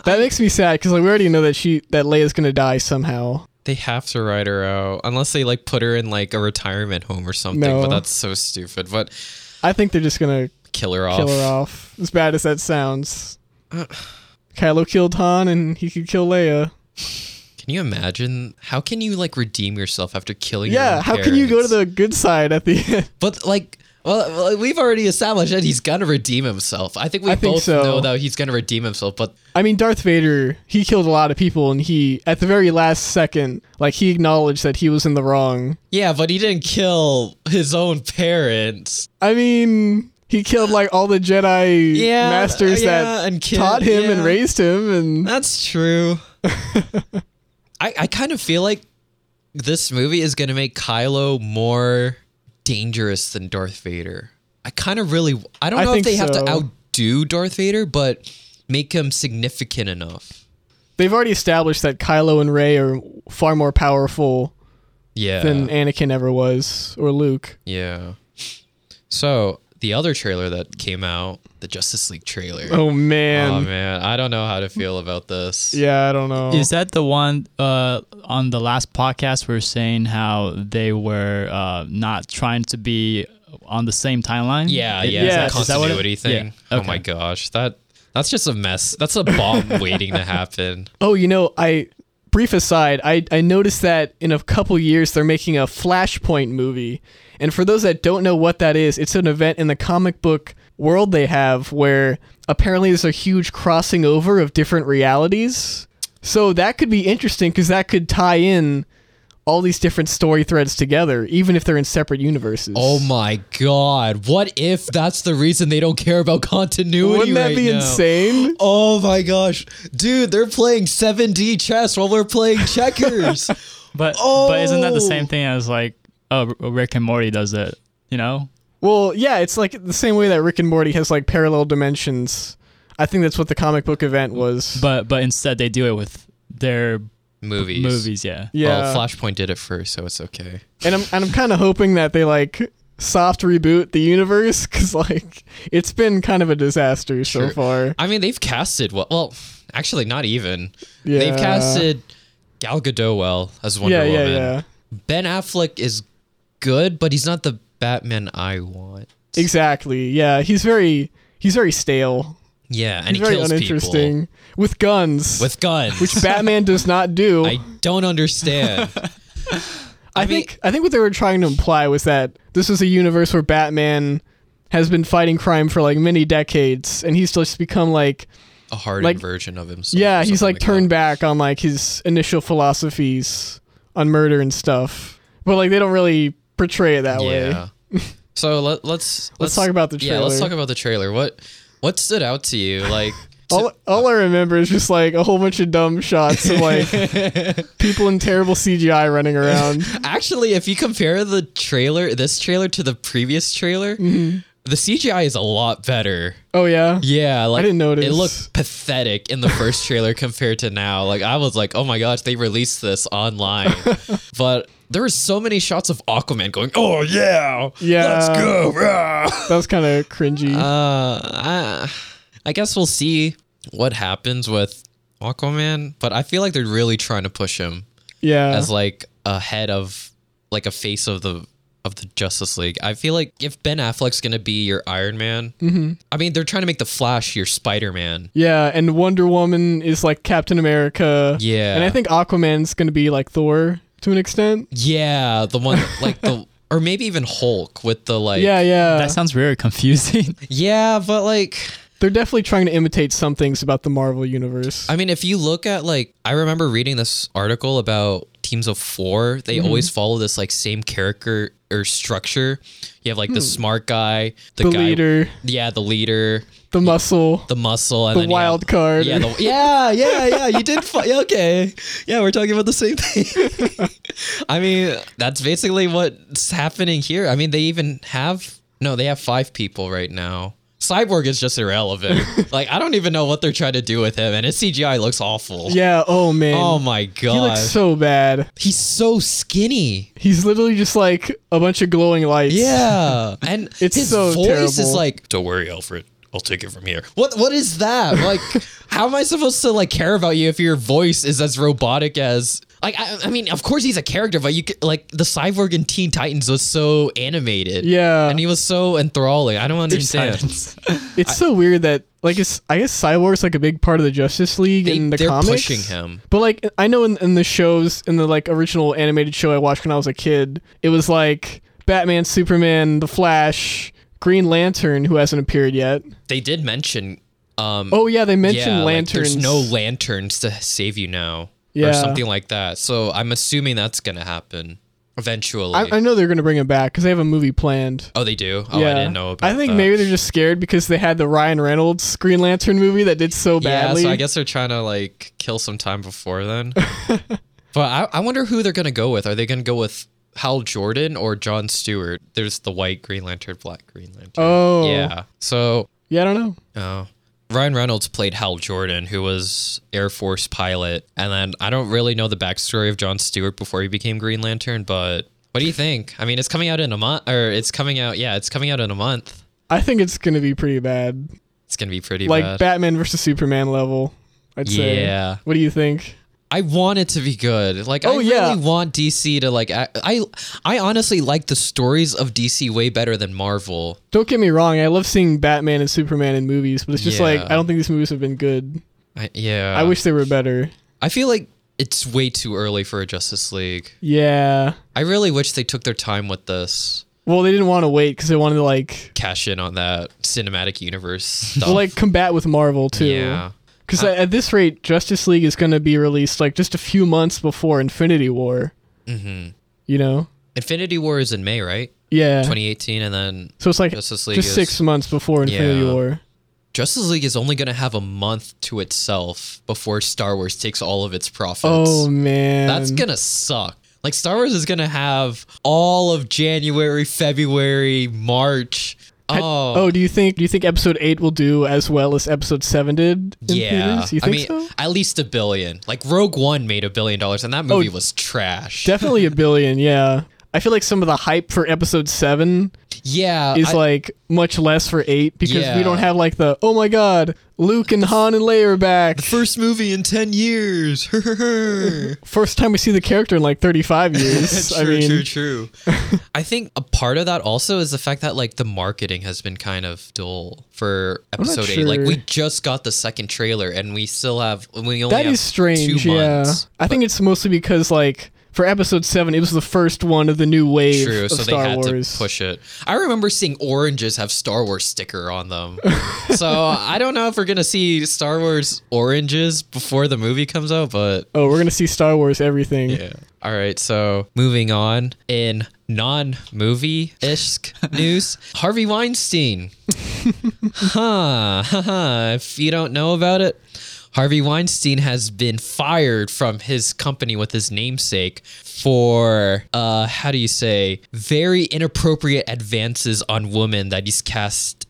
Speaker 2: that makes me sad because like we already know that she that Leia's gonna die somehow.
Speaker 1: They have to write her out unless they like put her in like a retirement home or something. But
Speaker 2: No.
Speaker 1: that's so stupid. But
Speaker 2: I think they're just gonna
Speaker 1: kill her off.
Speaker 2: kill her off. As bad as that sounds,
Speaker 1: Uh.
Speaker 2: Kylo killed Han, and he could kill Leia.
Speaker 1: Can you imagine? How can you like redeem yourself after killing? your
Speaker 2: Yeah,
Speaker 1: own
Speaker 2: how can you go to
Speaker 1: parents?
Speaker 2: the good side at the end?
Speaker 1: But like, well, well, we've already established that he's gonna redeem himself. I think we
Speaker 2: I
Speaker 1: both
Speaker 2: think so.
Speaker 1: know that he's gonna redeem himself. But
Speaker 2: I mean, Darth Vader, he killed a lot of people, and he, at the very last second, like, he acknowledged that he was in the wrong.
Speaker 1: yeah, but he didn't kill his own parents.
Speaker 2: I mean, he killed, like, all the Jedi
Speaker 1: Yeah,
Speaker 2: masters
Speaker 1: yeah,
Speaker 2: that
Speaker 1: and kid-
Speaker 2: taught him and
Speaker 1: yeah.
Speaker 2: raised him, and
Speaker 1: That's true. I I kind of feel like this movie is gonna make Kylo more dangerous than Darth Vader. I kind of really I don't
Speaker 2: I
Speaker 1: know if
Speaker 2: think
Speaker 1: they have to
Speaker 2: so.
Speaker 1: outdo Darth Vader, but make him significant enough.
Speaker 2: they've already established that Kylo and Rey are far more powerful
Speaker 1: Yeah.
Speaker 2: than Anakin ever was, or Luke.
Speaker 1: Yeah. So the other trailer that came out, the Justice League trailer.
Speaker 2: Oh, man.
Speaker 1: Oh, man, I don't know how to feel about this.
Speaker 2: Yeah, I don't know.
Speaker 3: Is that the one uh, on the last podcast we were saying how they were uh, not trying to be on the same timeline?
Speaker 1: yeah,
Speaker 3: Is
Speaker 1: yeah.
Speaker 2: Yeah.
Speaker 1: It's a
Speaker 2: Is that what
Speaker 3: it-
Speaker 1: continuity thing.
Speaker 3: Yeah,
Speaker 1: Oh my gosh, that that's just a mess. That's a bomb waiting to happen.
Speaker 2: Oh, you know, I brief aside, I, I noticed that in a couple years they're making a Flashpoint movie. And for those that don't know what that is, it's an event in the comic book world they have where apparently there's a huge crossing over of different realities. So that could be interesting because that could tie in all these different story threads together, even if they're in separate universes.
Speaker 1: Oh my god, what if that's the reason they don't care about continuity
Speaker 2: Wouldn't that
Speaker 1: right
Speaker 2: be
Speaker 1: now?
Speaker 2: insane?
Speaker 1: Oh my gosh, dude, they're playing 7D chess while we're playing checkers.
Speaker 3: But but isn't that the same
Speaker 1: Oh.
Speaker 3: thing as like uh, Rick and Morty does it? You know,
Speaker 2: Well, yeah, it's like the same way that Rick and Morty has like parallel dimensions. I think that's what the comic book event was.
Speaker 3: but but instead they do it with their
Speaker 1: Movies.
Speaker 3: movies. Yeah.
Speaker 2: yeah,
Speaker 1: Well, Flashpoint did it first, so it's okay.
Speaker 2: and I'm and I'm kind of hoping that they like soft reboot the universe because like it's been kind of a disaster so
Speaker 1: Sure.
Speaker 2: far.
Speaker 1: I mean, they've casted well. Well, actually, not even. They've
Speaker 2: Yeah.
Speaker 1: casted Gal Gadot well as Wonder
Speaker 2: yeah,
Speaker 1: Woman.
Speaker 2: yeah, yeah.
Speaker 1: Ben Affleck is good, but he's not the Batman I want.
Speaker 2: Exactly. Yeah, he's very he's very stale.
Speaker 1: Yeah, and
Speaker 2: he's
Speaker 1: he
Speaker 2: very
Speaker 1: kills people
Speaker 2: uninteresting with guns,
Speaker 1: with guns,
Speaker 2: which Batman does not do.
Speaker 1: I don't understand.
Speaker 2: I,
Speaker 1: mean-
Speaker 2: think I think what they were trying to imply was that this is a universe where Batman has been fighting crime for like many decades, and he's just become like
Speaker 1: A hardened
Speaker 2: Like-
Speaker 1: version of himself.
Speaker 2: yeah,
Speaker 1: or
Speaker 2: he's
Speaker 1: something
Speaker 2: like turned back on like his initial philosophies on murder and stuff, but like they don't really portray it that
Speaker 1: that.
Speaker 2: way.
Speaker 1: Yeah. so let, let's, let's
Speaker 2: talk about the
Speaker 1: Yeah, let's
Speaker 2: trailer.
Speaker 1: talk about the trailer. What what stood out to you? Like uh,
Speaker 2: All, all I remember is just like a whole bunch of dumb shots of like people in terrible CGI running around. Mm-hmm.
Speaker 1: Actually, if you compare the trailer, this trailer to the previous trailer, the CGI is a lot better.
Speaker 2: Oh yeah.
Speaker 1: Yeah, like
Speaker 2: didn't notice.
Speaker 1: It looked pathetic in the first trailer compared to now. Like I was like, oh my gosh, they released this online, but there were so many shots of Aquaman going, oh yeah,
Speaker 2: Yeah.
Speaker 1: let's go. rah."
Speaker 2: That was kind of cringy.
Speaker 1: Uh, I, I guess we'll see what happens with Aquaman, but I feel like they're really trying to push him
Speaker 2: yeah.
Speaker 1: as like a head of like a face of the of the Justice League. I feel like if Ben Affleck's gonna be your Iron Man,
Speaker 2: Mm-hmm.
Speaker 1: I mean they're trying to make the Flash your Spider Man.
Speaker 2: yeah, and Wonder Woman is like Captain America.
Speaker 1: Yeah.
Speaker 2: And I think Aquaman's gonna be like Thor to an extent.
Speaker 1: Yeah, the one like the or maybe even Hulk with the like
Speaker 2: yeah, yeah.
Speaker 3: that sounds very confusing.
Speaker 1: yeah, but like
Speaker 2: They're definitely trying to imitate some things about the Marvel universe.
Speaker 1: I mean, if you look at like, I remember reading this article about teams of four. They
Speaker 2: Mm-hmm.
Speaker 1: always follow this like same character or structure. You have like the smart guy, the,
Speaker 2: Hmm. the
Speaker 1: guy,
Speaker 2: leader,
Speaker 1: yeah, the leader,
Speaker 2: the muscle,
Speaker 1: the muscle, and
Speaker 2: the,
Speaker 1: then you have-
Speaker 2: wild card.
Speaker 1: Yeah, the, yeah, yeah, yeah. You did. Fi- yeah, okay. Yeah, we're talking about the same thing. I mean, that's basically what's happening here. I mean, they even have no. They have five people right now. Cyborg is just irrelevant. like, I don't even know what they're trying to do with him, and his CGI looks awful.
Speaker 2: Yeah, Oh man.
Speaker 1: Oh my
Speaker 2: he
Speaker 1: god.
Speaker 2: looks so bad.
Speaker 1: He's so skinny.
Speaker 2: He's literally just like a bunch of glowing lights.
Speaker 1: Yeah, and
Speaker 2: It's
Speaker 1: his
Speaker 2: so
Speaker 1: voice is
Speaker 2: terrible.
Speaker 1: like, "Don't worry, Alfred. I'll take it from here." What What is that? Like, how am I supposed to like care about you if your voice is as robotic as? Like, I, I mean, of course he's a character, but you c- like the cyborg in Teen Titans was so animated.
Speaker 2: Yeah.
Speaker 1: and he was so enthralling. I don't understand.
Speaker 3: Silence.
Speaker 2: It's so weird that like it's I guess Cyborg's like a big part of the Justice League
Speaker 1: They,
Speaker 2: in the
Speaker 1: they're
Speaker 2: comics.
Speaker 1: pushing him.
Speaker 2: But like I know in, in the shows in the like original animated show I watched when I was a kid, it was like Batman, Superman, The Flash, Green Lantern who hasn't appeared yet.
Speaker 1: They did mention. Um,
Speaker 2: Oh yeah, they mentioned
Speaker 1: yeah, like,
Speaker 2: lanterns.
Speaker 1: there's no lanterns to save you now,
Speaker 2: Yeah.
Speaker 1: or something like that. So I'm assuming that's gonna happen eventually.
Speaker 2: I, I know they're gonna bring him back because they have a movie planned.
Speaker 1: Oh, they do. Oh, I didn't know about.
Speaker 2: I think
Speaker 1: that.
Speaker 2: maybe they're just scared because they had the Ryan Reynolds Green Lantern movie that did so
Speaker 1: Yeah,
Speaker 2: badly.
Speaker 1: so I guess they're trying to like kill some time before then. but I, I wonder who they're gonna go with. Are they gonna go with Hal Jordan or John Stewart? There's the white Green Lantern, black Green Lantern.
Speaker 2: Oh.
Speaker 1: yeah. So,
Speaker 2: Yeah, I don't know.
Speaker 1: oh. Ryan Reynolds played Hal Jordan, who was Air Force pilot, and then I don't really know the backstory of John Stewart before he became Green Lantern. But what do you think? I mean, it's coming out in a month, or it's coming out. Yeah, it's coming out in a month.
Speaker 2: I think it's gonna be pretty bad,
Speaker 1: It's gonna be pretty
Speaker 2: like
Speaker 1: bad.
Speaker 2: Batman versus Superman level. I'd say.
Speaker 1: Yeah.
Speaker 2: What do you think?
Speaker 1: I want it to be good. Like I
Speaker 2: Oh, yeah.
Speaker 1: really want DC to like I, I I honestly like the stories of DC way better than Marvel.
Speaker 2: Don't get me wrong. I love seeing Batman and Superman in movies, but it's just like
Speaker 1: Yeah.
Speaker 2: I don't think these movies have been good.
Speaker 1: I, yeah.
Speaker 2: I wish they were better.
Speaker 1: I feel like it's way too early for a Justice League.
Speaker 2: Yeah.
Speaker 1: I really wish they took their time with this.
Speaker 2: Well, they didn't want to wait because they wanted to like
Speaker 1: Cash in on that cinematic universe stuff.
Speaker 2: well, like combat with Marvel too.
Speaker 1: yeah.
Speaker 2: Because at this rate, Justice League is going to be released like just a few months before Infinity War.
Speaker 1: Mhm.
Speaker 2: You know?
Speaker 1: Infinity War is in May, right?
Speaker 2: Yeah.
Speaker 1: 2018 and then
Speaker 2: so it's like
Speaker 1: Justice League
Speaker 2: just
Speaker 1: is
Speaker 2: six months before Infinity
Speaker 1: Yeah.
Speaker 2: War.
Speaker 1: Justice League is only going to have a month to itself before Star Wars takes all of its profits.
Speaker 2: Oh man,
Speaker 1: That's gonna suck. Like Star Wars is gonna have all of January, February, March.
Speaker 2: I-
Speaker 1: Oh,
Speaker 2: oh, do you think do you think Episode Eight will do as well as Episode Seven did? In
Speaker 1: yeah.
Speaker 2: theaters? you
Speaker 1: I
Speaker 2: think
Speaker 1: mean,
Speaker 2: so?
Speaker 1: at least a billion. Like Rogue One made a billion dollars, and that
Speaker 2: Oh,
Speaker 1: movie was trash.
Speaker 2: Definitely a billion. Yeah, I feel like some of the hype for Episode Seven
Speaker 1: yeah,
Speaker 2: is
Speaker 1: I-
Speaker 2: like much less for Eight because
Speaker 1: Yeah.
Speaker 2: we don't have like the oh my god, Luke and Han and Leia are back.
Speaker 1: first movie in ten years. true,
Speaker 2: First time we see the character in like 35 years. I mean,
Speaker 1: true, true. I think a part of that also is the fact that like the marketing has been kind of dull for
Speaker 2: not
Speaker 1: episode eight. Like
Speaker 2: sure.
Speaker 1: we just got the second trailer, and we still have we only
Speaker 2: That
Speaker 1: have
Speaker 2: is strange.
Speaker 1: Two
Speaker 2: yeah,
Speaker 1: months.
Speaker 2: I think it's mostly because like for episode seven, it was the first one of the new wave
Speaker 1: True,
Speaker 2: of
Speaker 1: so
Speaker 2: Star
Speaker 1: they had
Speaker 2: Wars.
Speaker 1: to push it. I remember seeing oranges have Star Wars sticker on them. so I don't know if we're gonna see Star Wars oranges before the movie comes out, but
Speaker 2: Oh, we're gonna see Star Wars everything.
Speaker 1: yeah. All right, so moving on in non movie ish news, Harvey Weinstein. huh. If you don't know about it, Harvey Weinstein has been fired from his company with his namesake for, uh, how do you say, very inappropriate advances on women that he's cast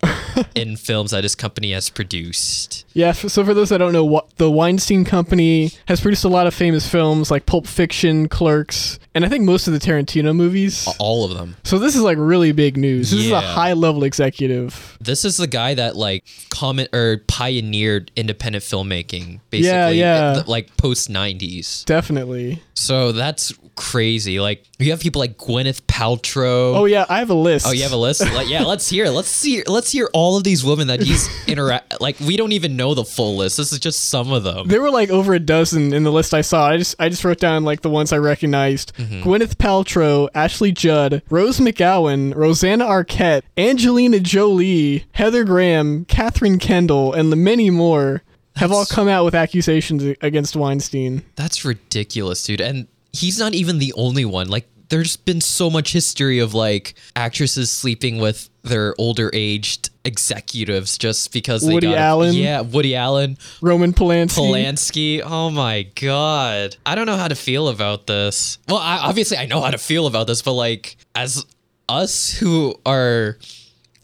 Speaker 1: in films that his company has produced.
Speaker 2: Yeah, f- so for those that don't know, what the Weinstein Company has produced a lot of famous films like Pulp Fiction, Clerks, and I think most of the Tarantino movies.
Speaker 1: All of them.
Speaker 2: So this is like really big news. This is a
Speaker 1: Oh. Yeah.
Speaker 2: high level executive.
Speaker 1: This is the guy that like comment or pioneered independent filmmaking, basically,
Speaker 2: Yeah, yeah.
Speaker 1: th- like post nineties.
Speaker 2: Definitely.
Speaker 1: So that's crazy. Like you have people like Gwyneth Paltrow.
Speaker 2: Oh yeah, I have a list.
Speaker 1: Oh, you have a list? Like, yeah, let's hear. it. Let's see. Let's hear all of these women that he's interact. like, we don't even know the full list. This is just some of them.
Speaker 2: There were like over a dozen in the list I saw. I just I just wrote down like the ones I recognized:
Speaker 1: Mm-hmm.
Speaker 2: Gwyneth Paltrow, Ashley Judd, Rose McGowan, Rosanna Arquette, Angelina Jolie, Heather Graham, Katherine Kendall, and the many more have all
Speaker 1: That's-
Speaker 2: come out with accusations a- against Weinstein.
Speaker 1: That's ridiculous, dude. And he's not even the only one. Like, there's been so much history of like actresses sleeping with their older aged executives just because they
Speaker 2: Woody
Speaker 1: got
Speaker 2: Allen.
Speaker 1: Yeah, Woody Allen,
Speaker 2: Roman Polanski.
Speaker 1: Polanski. Oh my god. I don't know how to feel about this. Well, I, obviously I know how to feel about this, but like as us who are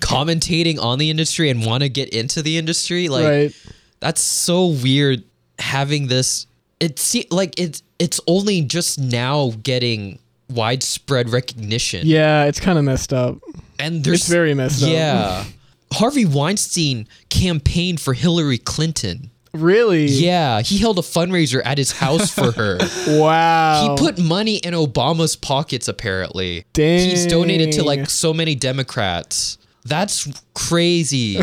Speaker 1: commentating on the industry and want to get into the industry, like
Speaker 2: right.
Speaker 1: that's so weird having this it se- like it's it's only just now getting widespread recognition.
Speaker 2: Yeah, it's kind of messed up.
Speaker 1: And there's
Speaker 2: It's very messed up.
Speaker 1: Yeah. Harvey Weinstein campaigned for Hillary Clinton.
Speaker 2: Really?
Speaker 1: Yeah, he held a fundraiser at his house for her.
Speaker 2: Wow.
Speaker 1: He put money in Obama's pockets, apparently. He's donated to
Speaker 2: Dang.
Speaker 1: like so many Democrats. That's crazy.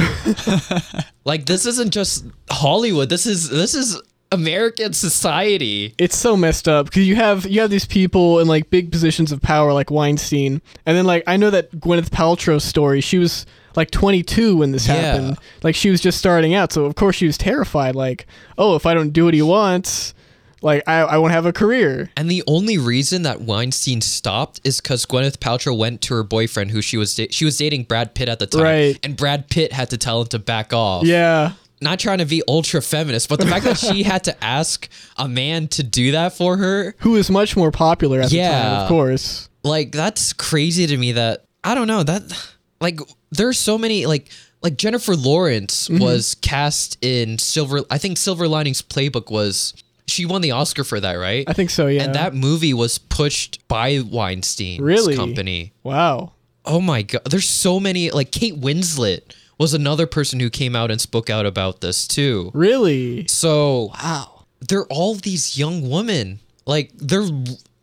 Speaker 1: like this isn't just Hollywood. This is this is American society.
Speaker 2: it's so messed up because you have you have these people in like big positions of power like Weinstein, and then like I know that Gwyneth Paltrow's story. She was like 22 when this
Speaker 1: Yeah.
Speaker 2: happened. Like she was just starting out, so of course she was terrified. Like, oh, if I don't do what he wants, like I I won't have a career.
Speaker 1: And the only reason that Weinstein stopped is because Gwyneth Paltrow went to her boyfriend, who she was da- she was dating Brad Pitt at the time,
Speaker 2: Right.
Speaker 1: and Brad Pitt had to tell him to back off.
Speaker 2: Yeah.
Speaker 1: Not trying to be ultra feminist, but the fact that she had to ask a man to do that for her
Speaker 2: Who is much more popular at the time,
Speaker 1: Yeah.
Speaker 2: of course.
Speaker 1: like that's crazy to me that I don't know that like there's so many like like Jennifer Lawrence
Speaker 2: Mm-hmm.
Speaker 1: was cast in Silver I think Silver Linings Playbook was she won the Oscar for that, right?
Speaker 2: I think so. Yeah.
Speaker 1: And that movie was pushed by Weinstein's
Speaker 2: Really?
Speaker 1: company.
Speaker 2: wow.
Speaker 1: Oh my god, there's so many like Kate Winslet was another person who came out and spoke out about this too.
Speaker 2: Really?
Speaker 1: So wow, they're all these young women. Like they're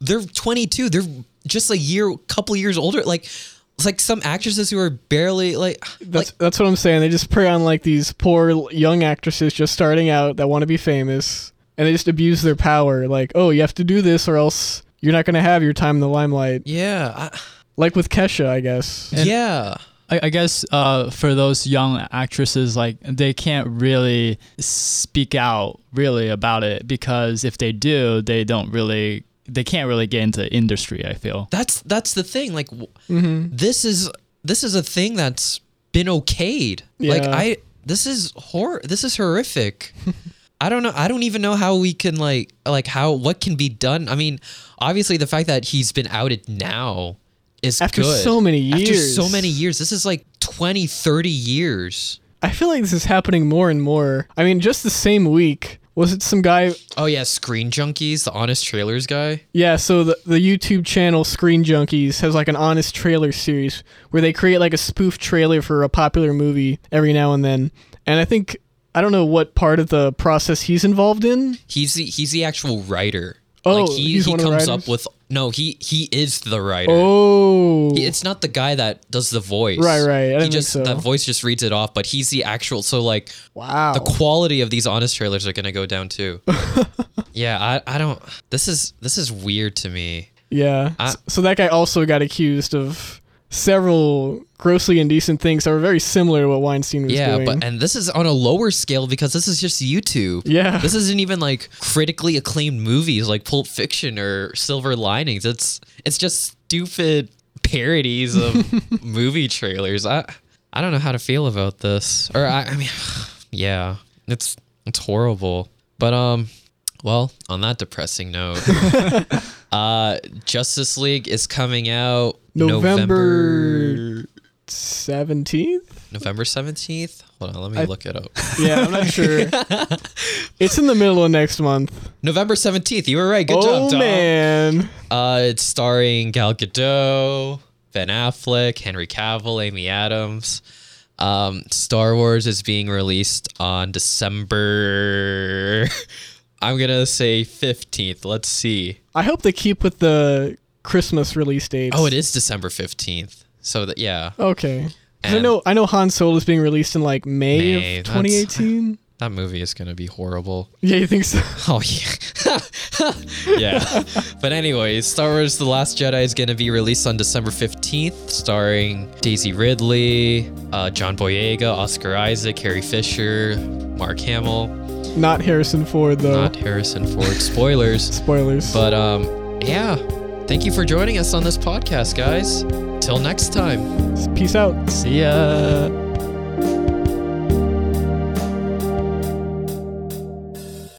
Speaker 1: they're 22. They're just a year, couple years older. Like it's like some actresses who are barely like
Speaker 2: That's
Speaker 1: like
Speaker 2: that's what I'm saying. They just prey on like these poor l- young actresses just starting out that want to be famous, and they just abuse their power. Like, oh, you have to do this or else you're not gonna have your time in the limelight.
Speaker 1: yeah, I,
Speaker 2: Like with Kesha, I guess.
Speaker 1: yeah.
Speaker 3: I, I guess uh, for those young actresses, like they can't really speak out really about it because if they do, they don't really, they can't really get into industry. I feel.
Speaker 1: That's that's the thing. Like w
Speaker 2: Mm-hmm.
Speaker 1: this is this is a thing that's been okayed. Like
Speaker 2: Yeah.
Speaker 1: I this is hor this is horrific. I don't know. I don't even know how we can like like how what can be done. I mean, obviously the fact that he's been outed now is
Speaker 2: After
Speaker 1: good.
Speaker 2: so many
Speaker 1: After
Speaker 2: years.
Speaker 1: so many years. This is like 20, 30 years.
Speaker 2: I feel like this is happening more and more. I mean, just the same week was it some guy?
Speaker 1: Oh yeah, Screen Junkies, the Honest Trailers guy.
Speaker 2: Yeah. So the the YouTube channel Screen Junkies has like an honest trailer series where they create like a spoof trailer for a popular movie every now and then, and I think. I don't know what part of the process he's involved in,
Speaker 1: He's the he's the actual writer.
Speaker 2: Oh,
Speaker 1: like he,
Speaker 2: he's
Speaker 1: he
Speaker 2: one of the
Speaker 1: comes up
Speaker 2: writers?
Speaker 1: with no, he he is the writer.
Speaker 2: Oh,
Speaker 1: He- It's not the guy that does the voice.
Speaker 2: Right, right. I
Speaker 1: he
Speaker 2: didn't think
Speaker 1: just
Speaker 2: so.
Speaker 1: that voice just reads it off, but he's the actual. So like
Speaker 2: wow.
Speaker 1: the quality of these honest trailers are gonna go down too. yeah, I I don't. This is this is weird to me.
Speaker 2: yeah.
Speaker 1: I-
Speaker 2: S- so that guy also got accused of several grossly indecent things that were very similar to what Weinstein was
Speaker 1: Yeah,
Speaker 2: doing.
Speaker 1: but and this is on a lower scale because this is just YouTube.
Speaker 2: Yeah.
Speaker 1: This isn't even like critically acclaimed movies like Pulp Fiction or Silver Linings. It's it's just stupid parodies of movie trailers. I I don't know how to feel about this. Or I, I mean, yeah, it's it's horrible. But um, well, on that depressing note, uh, Justice League is coming out
Speaker 2: November-
Speaker 1: November
Speaker 2: Seventeenth?
Speaker 1: November seventeenth. Hold on, let me
Speaker 2: I-
Speaker 1: look it up.
Speaker 2: Yeah, I'm not sure. it's in the middle of next month.
Speaker 1: November seventeenth. You were right. Good
Speaker 2: oh
Speaker 1: job, Dom.
Speaker 2: man,
Speaker 1: Uh, it's starring Gal Gadot, Ben Affleck, Henry Cavill, Amy Adams. Um, Star Wars is being released on December. I'm gonna say fifteenth. Let's see.
Speaker 2: I hope they keep with the Christmas release dates.
Speaker 1: Oh, it is December fifteenth. So that yeah,
Speaker 2: Okay. 'Cause I
Speaker 1: And-
Speaker 2: know I know Han Solo is being released in like May,
Speaker 1: May,
Speaker 2: of
Speaker 1: that's-
Speaker 2: 2018.
Speaker 1: that movie is gonna be horrible.
Speaker 2: Yeah, you think so?
Speaker 1: Oh yeah, yeah. but anyways, Star Wars: The Last Jedi is gonna be released on December fifteenth, starring Daisy Ridley, uh, John Boyega, Oscar Isaac, Carrie Fisher, Mark Hamill,
Speaker 2: Not Harrison Ford though.
Speaker 1: not Harrison Ford. Spoilers.
Speaker 2: Spoilers.
Speaker 1: But um, yeah. Thank you for joining us on this podcast, guys. Till next time.
Speaker 2: Peace out.
Speaker 4: See ya.